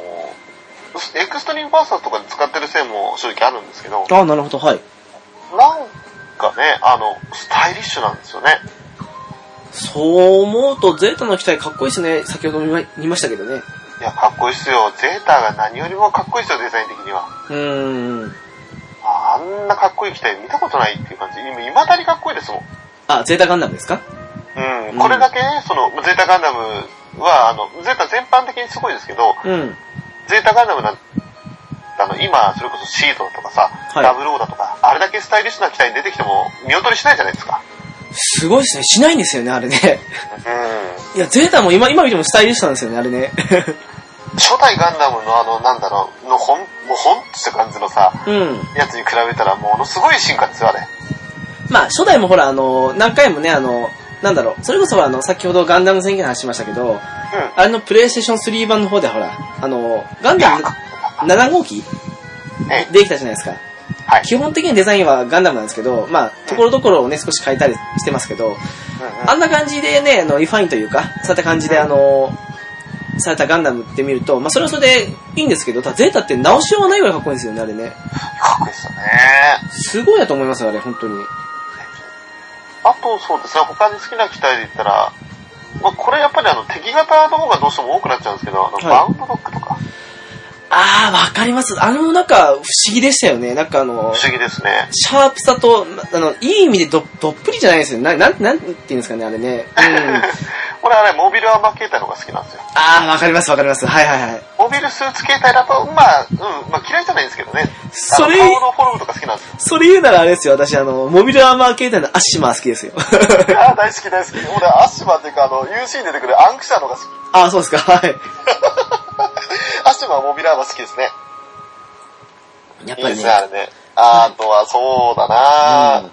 Speaker 2: エクストリームバーサスとかで使ってる線も正直あるんですけど、
Speaker 1: ああ、なるほど、はい。
Speaker 2: なんかね、あの、スタイリッシュなんですよね。
Speaker 1: そう思うと、ゼータの機体かっこいいっすね。先ほど見ま見ましたけどね。
Speaker 2: いや、かっこいいっすよ。ゼータが何よりもかっこいいっすよ、デザイン的には。
Speaker 1: うーん。
Speaker 2: あんなかっこいい機体見たことないっていう感じ。今、未だにかっこいいですもん。
Speaker 1: あ、ゼータガンダムですかう
Speaker 2: う
Speaker 1: ん
Speaker 2: ん。これだけね、その、ゼータガンダムは、あの、ゼータ全般的にすごいですけど、
Speaker 1: うん。
Speaker 2: ゼータガンダムなんあの、今、それこそシードとかさ、
Speaker 1: い
Speaker 2: ダブルオーダとか、あれだけスタイリッシュな機体に出てきても、見劣りしないじゃないですか。
Speaker 1: すごいっすね。しないんですよね、あれ <laughs> ね。
Speaker 2: うん。
Speaker 1: いや、ゼータも今、今見てもスタイリッシュなんですよね、あれね。
Speaker 2: 初代ガンダムのあの、なんだろう、のほん、もうほんとした感じのさ、
Speaker 1: うん。
Speaker 2: やつに比べたら、ものすごい進化ですよ、あれ。
Speaker 1: <laughs> まあ、初代もほら、あの、何回もね、あの、なんだろう、それこそほらあの、先ほどガンダム宣言の話しましたけど、
Speaker 2: うん。
Speaker 1: あれのプレイステーション3版の方でほら、あの、ガンダム7号機
Speaker 2: え
Speaker 1: できたじゃないですか。
Speaker 2: はい。
Speaker 1: 基本的にデザインはガンダムなんですけど、まあ、ところどころをね、少し変えたりしてますけど、
Speaker 2: うんうん
Speaker 1: あんな感じでね、あの、リファインというか、そういった感じであの、されたガンダムって見ると、まあ、それはそれでいいんですけど、ただゼータって直しようがないぐらいかっこいいんですよね、あれね。
Speaker 2: かっこいいっすよね。
Speaker 1: すごいなと思いますよ、あれ、本当に。
Speaker 2: あと、そうですね、他に好きな機体で言ったら、まあ、これやっぱりあの、敵型の方がどうしても多くなっちゃうんですけど、あの、
Speaker 1: はい
Speaker 2: バウンドドックとか、
Speaker 1: あー、わかります。あれもなんか、不思議でしたよね。なんかあの
Speaker 2: 不、思議ですね。 <laughs>
Speaker 1: シャープさ
Speaker 2: <laughs>
Speaker 1: と、まあの、いい意味でどどっぷりじゃないですよ。な、なん、なんていうんですかね、あれね。うん。
Speaker 2: 俺はね、モビルアーマー形態の方が好きなんですよ。
Speaker 1: ああ、わかりますわかります。はいはいはい。
Speaker 2: モビルスーツ形態だと、まあ、うん、まあ嫌いじゃないんですけどね。
Speaker 1: それ
Speaker 2: あの顔のフォルムとか好きなんですよ。 <laughs>
Speaker 1: それ言うならあれですよ、私あの、モビルアーマー形態のアッシマー好きですよ。 <laughs>
Speaker 2: あー大好き大好き。俺、アッシュマンっていうか、あの、UC に出てくるアンクシャーの方が好き。 <laughs>
Speaker 1: ああ、そうですか。はい。
Speaker 2: アッシュマンはモビルアーマー好きですね。
Speaker 1: やっ
Speaker 2: いい
Speaker 1: ぱ
Speaker 2: で
Speaker 1: り
Speaker 2: す
Speaker 1: ね
Speaker 2: ね、。あれね。あとは、そうだな、
Speaker 1: うん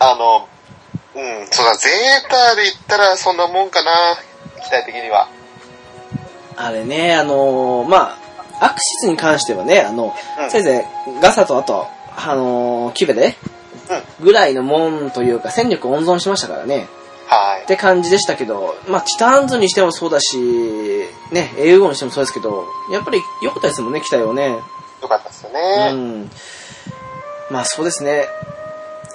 Speaker 2: あの、うん、そうだ、ゼータで言ったらそんなもんかな期待的には。
Speaker 1: あれね、あのーまあ、アクシスに関してはね、あの、
Speaker 2: うん
Speaker 1: せいぜいガサとあと、あのーキュベで、ぐらいのもんというか、戦力を温存しましたからね、
Speaker 2: はい
Speaker 1: っ。て感じでしたけど、まあ、チターンズにしてもそうだし、ね、英雄号にしてもそうですけど、やっぱり良かったですもんね、期待をね。
Speaker 2: よかったですよ
Speaker 1: う
Speaker 2: ね。
Speaker 1: ん。まあ、そうですね。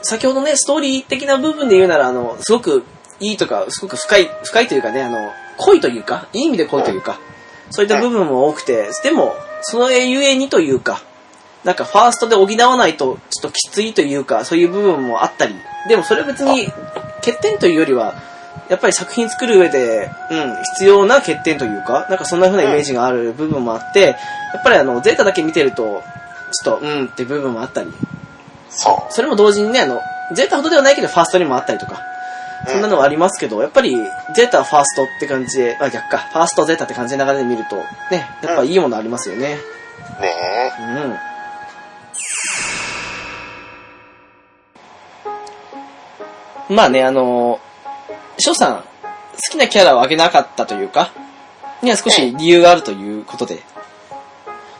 Speaker 1: 先ほどね、ストーリー的な部分で言うなら、あの、すごくいいとか、すごく深い、深いというかね、あの、濃いというか、いい意味で濃いというか、そういった部分も多くて、でも、そのゆえにというか、なんかファーストで補わないと、ちょっときついというか、そういう部分もあったり、でもそれは別に、欠点というよりは、やっぱり作品作る上で、うん、必要な欠点というか、なんかそんな風なイメージがある部分もあって、やっぱりあの、ゼータだけ見てると、ちょっと、うんって部分もあったり、
Speaker 2: そう。
Speaker 1: それも同時にね、あの、ゼータほどではないけど、ファーストにもあったりとか、そんなのはありますけど、やっぱり、ゼータ、ファーストって感じで、あ、逆か、ファースト、ゼータって感じの流れで見ると、ね、やっぱいいものありますよね。
Speaker 2: ねえ。
Speaker 1: うん。まあね、あの、翔さん、好きなキャラをあげなかったというか、には少し理由があるということで。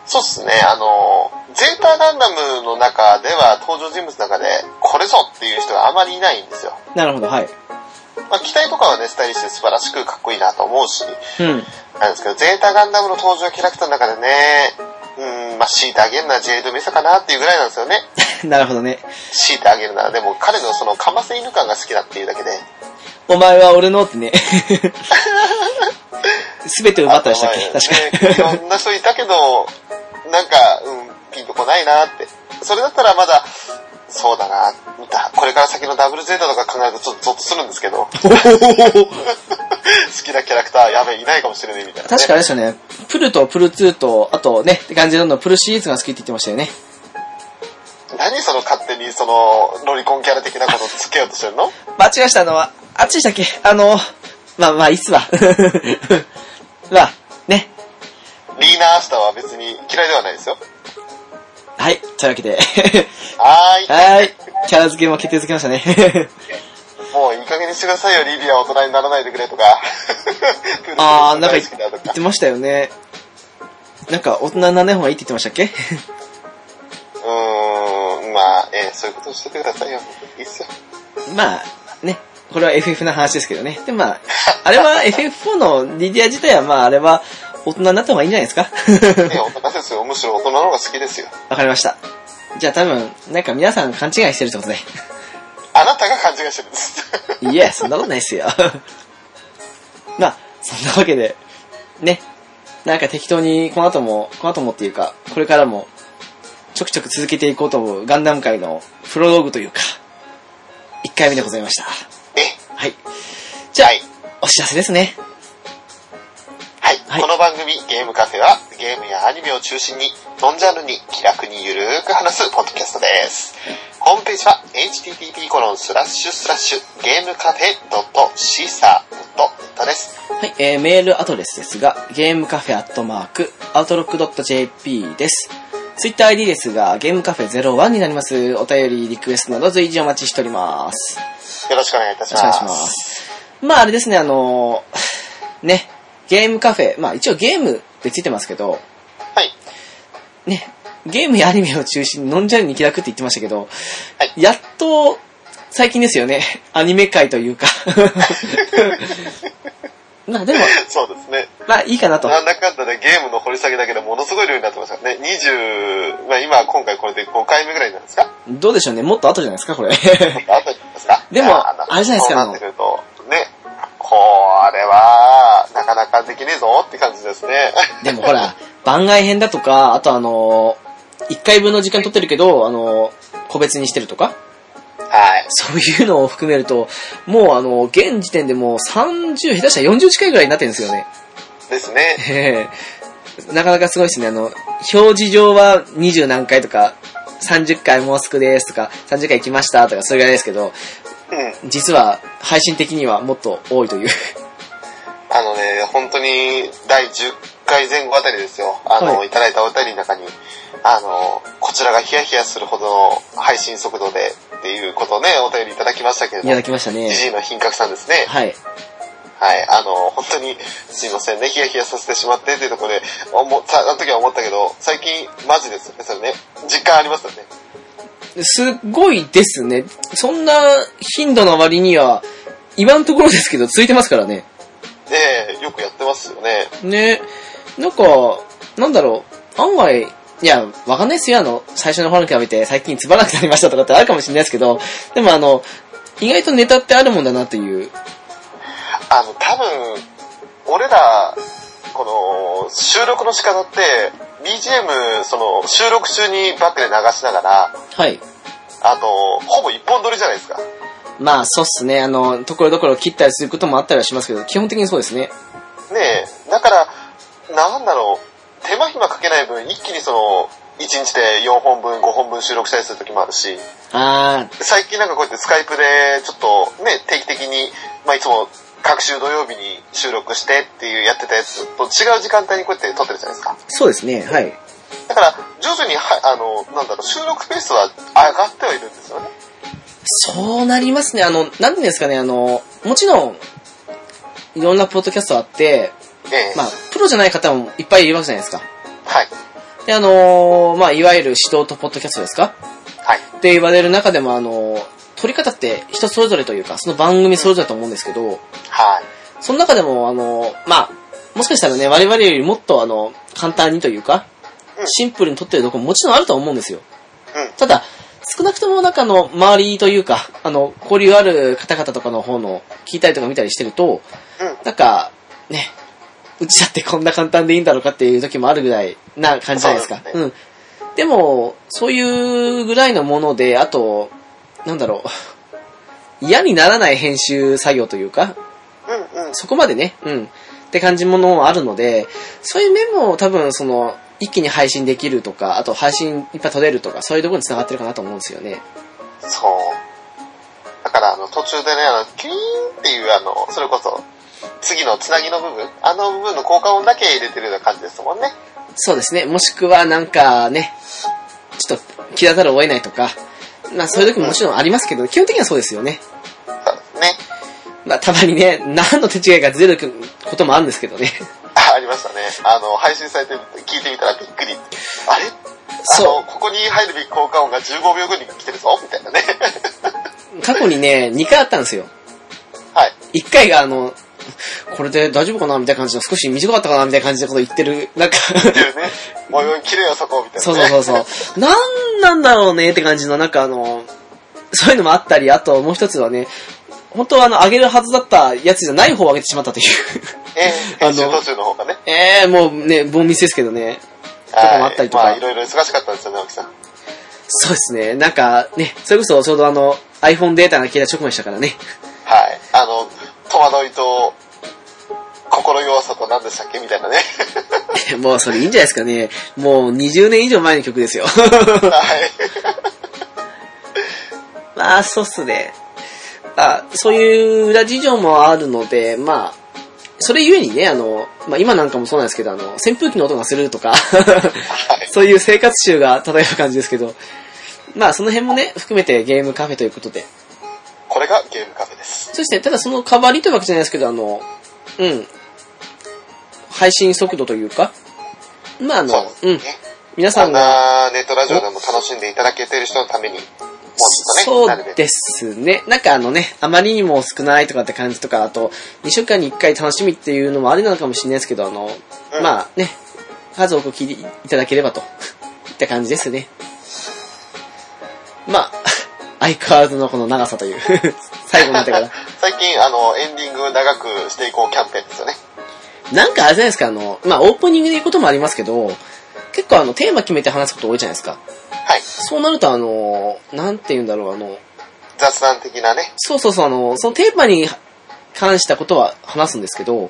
Speaker 2: そうっすね、あの、ゼータガンダムの中では登場人物の中で、これぞっていう人があまりいないんですよ。
Speaker 1: なるほど、はい。
Speaker 2: まあ、機体とかはね、スタイリッシュで素晴らしくかっこいいなと思うし、
Speaker 1: うん。
Speaker 2: なんですけど、ゼータガンダムの登場キャラクターの中でね、うん、まあ、強いてあげるならジェイド・メサかなっていうぐらいなんですよね。
Speaker 1: <laughs> なるほどね。
Speaker 2: 強いてあげるなら、でも彼のそのかませ犬感が好きだっていうだけで、
Speaker 1: お前は俺のってね。 <laughs> すべて奪ったでしたっけ確か
Speaker 2: あとはねいろんな人いたけど、なんか、うん、ピンとこないなって。それだったらまだ、そうだな、だこれから先のダブルゼータとか考えるとちょっとゾッとするんですけ
Speaker 1: <laughs>
Speaker 2: ど、好
Speaker 1: に。
Speaker 2: きなキャラクターやべえ、いないかもしれないみたいな、ね。
Speaker 1: 確かあれですよね。プルとプル2と、あとね、って感じなのプルシリーズが好きって言ってましたよね。
Speaker 2: 何その勝手にその、ロリコンキャラ的なことつけようとしてるの
Speaker 1: 間違えしたのは、あっちでしたっけあの、まあまあ、いいっすわ。 <laughs> まあ、ね。
Speaker 2: リーナ・アーシタは別に嫌いではないですよ。
Speaker 1: はい。というわけで。 <laughs>
Speaker 2: はーい。
Speaker 1: はい。キャラ付けも決定づけましたね。 <laughs>
Speaker 2: もういい加減にしてくださいよ、リビアは大人にならないでくれとか。
Speaker 1: <laughs> あー、
Speaker 2: <laughs>
Speaker 1: なんか
Speaker 2: 大好きだと
Speaker 1: 言ってましたよね。なんか、大人にならない方がいいって言ってましたっけ <laughs>
Speaker 2: うーん、まあ、えーそういうことをしててくださいよ。いい
Speaker 1: <laughs>
Speaker 2: っすよ。
Speaker 1: まあ、ね。これは FF な話ですけどね。で、まあ、あれは FF4 のリディア自体は、まあ、あれは大人になった方がいいんじゃないですか <laughs>
Speaker 2: ね、大人ですよ。むしろ大人の方が好きですよ。
Speaker 1: わかりました。じゃあ多分、なんか皆さん勘違いしてるってことで。
Speaker 2: あなたが勘違いしてるんです。
Speaker 1: <laughs> いや、そんなことないっすよ。 <laughs> まあ、そんなわけで、ね。なんか適当に、この後も、この後もっていうか、これからも、ちょくちょく続けていこうと思うガンダム界のプロローグというか、1回目でございました。
Speaker 2: え、
Speaker 1: はい。じゃあ、
Speaker 2: はい
Speaker 1: お知らせですね。
Speaker 2: はい、
Speaker 1: はい
Speaker 2: この番組ゲームカフェはゲームやアニメを中心にノンジャンルに気楽にゆるーく話すポッドキャストです。ホームページは http コロンスラッシュスラッシュゲームカフェドットシーサードットネットです。
Speaker 1: はい、えー、メールアドレスですが、ゲームカフェアットマーク、アウトロック .jp です。ツイッター ID ですが、ゲームカフェ01になります。お便り、リクエストなど随時お待ちしております。
Speaker 2: よろしくお願いいたし
Speaker 1: よろしくお願
Speaker 2: ま
Speaker 1: い
Speaker 2: す。
Speaker 1: します。まああれですね、あのーね、ゲームカフェ、まあ一応ゲームってついてますけど、
Speaker 2: はい。
Speaker 1: ね、ゲームやアニメを中心にノンジャンルに気楽って言ってましたけど、
Speaker 2: はい
Speaker 1: やっと、最近ですよね、アニメ界というか。まあでも、
Speaker 2: <laughs> そうですね。
Speaker 1: まあいいかなと。
Speaker 2: なんだかんだでゲームの掘り下げだけでものすごい量になってますからね。20、まあ今今回これで5回目ぐらいなんですか
Speaker 1: どうでしょうね、もっと後じゃないですか、これ。 <laughs>
Speaker 2: あとですか
Speaker 1: でも
Speaker 2: やー
Speaker 1: あれじゃないですか
Speaker 2: そうなってくると、ね、これは、なかなかできねえぞって感じですね。
Speaker 1: でもほ
Speaker 2: <laughs>
Speaker 1: ら、番外編だとか、あとあのー、1回分の時間取ってるけど、あのー、個別にしてるとか、
Speaker 2: ははい。
Speaker 1: そういうのを含めると、もうあの、現時点でもう30、下手したら40近いぐらいになってるんですよね。 <laughs>
Speaker 2: ですね。
Speaker 1: ええなかなかすごいですね。あの、表示上は20何回とか、30回もうすぐですとか、30回行きましたとか、それぐらいですけど、
Speaker 2: うん。
Speaker 1: 実は配信的にはもっと多いという。 <laughs>
Speaker 2: あのね、本当に第10回前後あたりですよ。あの、
Speaker 1: はい
Speaker 2: い、ただいたお便りの中に、あの、こちらがヒヤヒヤするほどの配信速度でっていうことをね、お便りいただきましたけ
Speaker 1: い
Speaker 2: れど
Speaker 1: た
Speaker 2: も
Speaker 1: だ、きましたね
Speaker 2: じ。じいの品格さんですね。
Speaker 1: はい。
Speaker 2: はい、あの、本当にすいませんね、ヒヤヒヤさせてしまってっていうところで、おもさあの時は思ったけど、最近マジですよね、それね。実感ありますよね。
Speaker 1: すっごいですね。そんな頻度の割には、今のところですけど、続いてますからね。
Speaker 2: ねえよくやってますよね。
Speaker 1: ね。なんか、なんだろう、案外、いや、わかんないっすよ、あの、最初の方に比べて最近つばなくなりましたとかってあるかもしれないですけど、でもあの、意外とネタってあるもんだなという。
Speaker 2: あの、多分、俺ら、この、収録の仕方って、BGM、その、収録中にバックで流しながら、
Speaker 1: はい。
Speaker 2: あの、ほぼ一本撮りじゃないですか。
Speaker 1: まあ、そうっすね。あの、ところどころ切ったりすることもあったりはしますけど、基本的にそうですね。
Speaker 2: ねえ、だから、なんだろう、手間暇かけない分、一気にその、1日で4本分、5本分収録したりする時もあるし、
Speaker 1: あ
Speaker 2: 最近なんかこうやってスカイプで、ちょっとね、定期的に、まあいつも、各週土曜日に収録してっていうやってたやつと違う時間帯にこうやって撮ってるじゃないですか。
Speaker 1: ー、そうですね。はい。
Speaker 2: だから、徐々には、あの、なんだろう、収録ペースは上がってはいるんですよね。
Speaker 1: そうなりますね。あの、なんていうんですかね、あの、もちろん、いろんなポッドキャストあって、
Speaker 2: ええ
Speaker 1: まあ、プロじゃない方もいっぱいいるわけじゃないですか。
Speaker 2: はい。
Speaker 1: で、あのーまあ、いわゆる指導とポッドキャストですか
Speaker 2: はい。
Speaker 1: って言われる中でも、あのー撮り方って人それぞれというか、その番組それぞれだと思うんですけど、
Speaker 2: はい。
Speaker 1: その中でも、あのーまあ、もしかしたらね、我々よりもっと、あの、簡単にというか
Speaker 2: う、ん
Speaker 1: シンプルに撮ってるとこももちろんあるとは思うんですよ。
Speaker 2: うん。
Speaker 1: ただ、少なくともなんかあの、周りというか、あの、交流ある方々とかの方の聞いたりとか見たりしてると、
Speaker 2: うん。
Speaker 1: なんか、ね、うちだってこんな簡単でいいんだろうかっていう時もあるぐらいな感じじゃないですか。
Speaker 2: そう
Speaker 1: う
Speaker 2: で
Speaker 1: ん。でも、そういうぐらいのもので、あと、なんだろう、 <laughs> 嫌にならない編集作業というか、
Speaker 2: うん。うん。
Speaker 1: そこまでね、うん。って感じものもあるので、そういう面も多分その、一気に配信できるとか、あと配信いっぱい取れるとか、そういうところに繋がってるかなと思うんですよね。
Speaker 2: そう。だから、あの、途中でね、あの、キュイーンっていう、あの、それこそ、次のつなぎの部分、あの部分の効果音だけ入れてるような感じですもんね。
Speaker 1: そうですね。もしくはなんかね、ちょっと切らざるを得ないとか、まあそういう時ももちろんありますけど、基本的にはそうですよね。
Speaker 2: そうですね。 <laughs>
Speaker 1: まあたまにね、何の手違いが出ることもあるんですけどね。
Speaker 2: あありましたね。あの、配信されて聞いてみたらびっくり。あれあ
Speaker 1: そ
Speaker 2: の、ここに入るべき効果音が15秒後に来てるぞみたいなね。 <laughs>
Speaker 1: う。過去にね、2回あったんですよ。
Speaker 2: はい。
Speaker 1: 1回があの、これで大丈夫かなみたいな感じの、少し短かったかなみたいな感じのこと言ってる、なんか、
Speaker 2: っていうね。もう切れよ、そこ、みたいな、ね。
Speaker 1: そうそうそうそう。なんなんだろうねって感じの、なんかあの、そういうのもあったり、あともう一つはね、本当はあの、上げるはずだったやつじゃない方を上げてしまったという。
Speaker 2: ええ
Speaker 1: あの
Speaker 2: <laughs> 編集途中の方がね。
Speaker 1: ええもうね、ボンミスですけどね。かもあったりとか
Speaker 2: はいまあ、いろいろ忙しかったですよね、青木さん。
Speaker 1: そうですね。なんかね、それこそちょうどあの、iPhone データが消えた直後でしたからね。 <laughs>
Speaker 2: はい。あの、戸惑いと、心弱さと何でしたっけみたいなね。
Speaker 1: もうそれいいんじゃないですかね。もう20年以上前の曲ですよ。 <laughs>
Speaker 2: はい。
Speaker 1: まあ、そうっすね。あ、そういう裏事情もあるので、まあ、それゆえにね、あの、まあ今なんかもそうなんですけど、あの、扇風機の音がするとか、 <laughs>
Speaker 2: はい。
Speaker 1: そういう生活習が漂う感じですけど、まあその辺もね、含めてゲームカフェということで。
Speaker 2: これがゲームカフェです。
Speaker 1: そして、ただその代わりというわけじゃないですけど、あの、うん。配信速度というか、まああ
Speaker 2: そう
Speaker 1: の
Speaker 2: で、す
Speaker 1: う
Speaker 2: ね。
Speaker 1: ん。皆さ
Speaker 2: あ
Speaker 1: ん
Speaker 2: ん
Speaker 1: が、
Speaker 2: なネットラジオでも楽しんでいただけている人のために、もうちょ
Speaker 1: そ
Speaker 2: っとね、なる
Speaker 1: う
Speaker 2: べく。
Speaker 1: ですね。なんかあのね、あまりにも少ないとかって感じとか、あと、2週間に1回楽しみっていうのもありなのかもしれないですけど、あの、
Speaker 2: うん
Speaker 1: まあね、数多く聞いていただければと、い <laughs> った感じですね。まあ、相変わらずのこの長さという、 <laughs> 最後になってから。
Speaker 2: 最近、あの、エンディング長くしていこうキャンペーンですよね。
Speaker 1: なんかあれじゃないですか、あの、まあオープニングで言うこともありますけど、結構あの、テーマ決めて話すこと多いじゃないですか。
Speaker 2: はい。
Speaker 1: そうなるとあの、なんて言うんだろう、あの、
Speaker 2: 雑談的なね。
Speaker 1: そうそうそう、あの、そのテーマに関したことは話すんですけど、
Speaker 2: うんうん。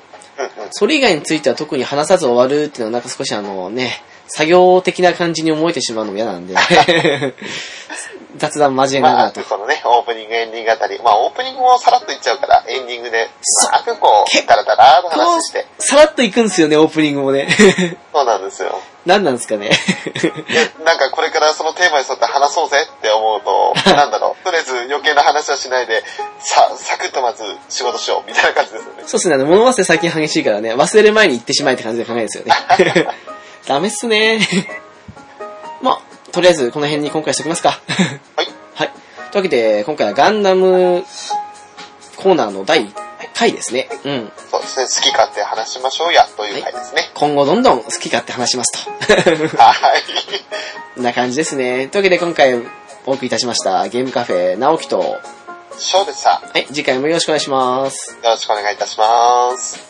Speaker 1: それ以外については特に話さず終わるっていうのはなんか少しあのね、作業的な感じに思えてしまうのも嫌なんで、 <laughs> 雑談交えなが
Speaker 2: ま
Speaker 1: ら
Speaker 2: あ、
Speaker 1: と。
Speaker 2: そのね、オープニング、エンディングあたり。まあ、オープニングもさらっといっちゃうから、エンディングで、
Speaker 1: そう
Speaker 2: まあ、こう、ダラダラーと話して。
Speaker 1: さらっと行くんですよね、オープニングもね。 <laughs>
Speaker 2: そうなんですよ。
Speaker 1: 何なんですかね。
Speaker 2: でなんかこれからそのテーマに沿って話そうぜって思う <laughs> と、なんだろう。とりあえず余計な話はしないで、さ、サクッとまず仕事しよう、みたいな感じですよね。
Speaker 1: そうですね、あの、物忘れ最近激しいからね、忘れる前に行ってしまえって感じで考えですよね。ダメっすね。 <laughs> まあ、とりあえずこの辺に今回しておきますか。 <laughs>
Speaker 2: はい。
Speaker 1: はい。というわけで、今回はガンダムコーナーの第1回ですね。うん。
Speaker 2: そうですね、好き勝手話しましょうや、という回ですね。
Speaker 1: 今後どんどん好き勝手話します
Speaker 2: はい。 <laughs>
Speaker 1: と。 <laughs> な感じですね。というわけで今回お送りいたしましたゲームカフェ直樹と、は
Speaker 2: ショーでした。よ
Speaker 1: い、次回もよろしくお願いします。
Speaker 2: ろしくお願いいたします。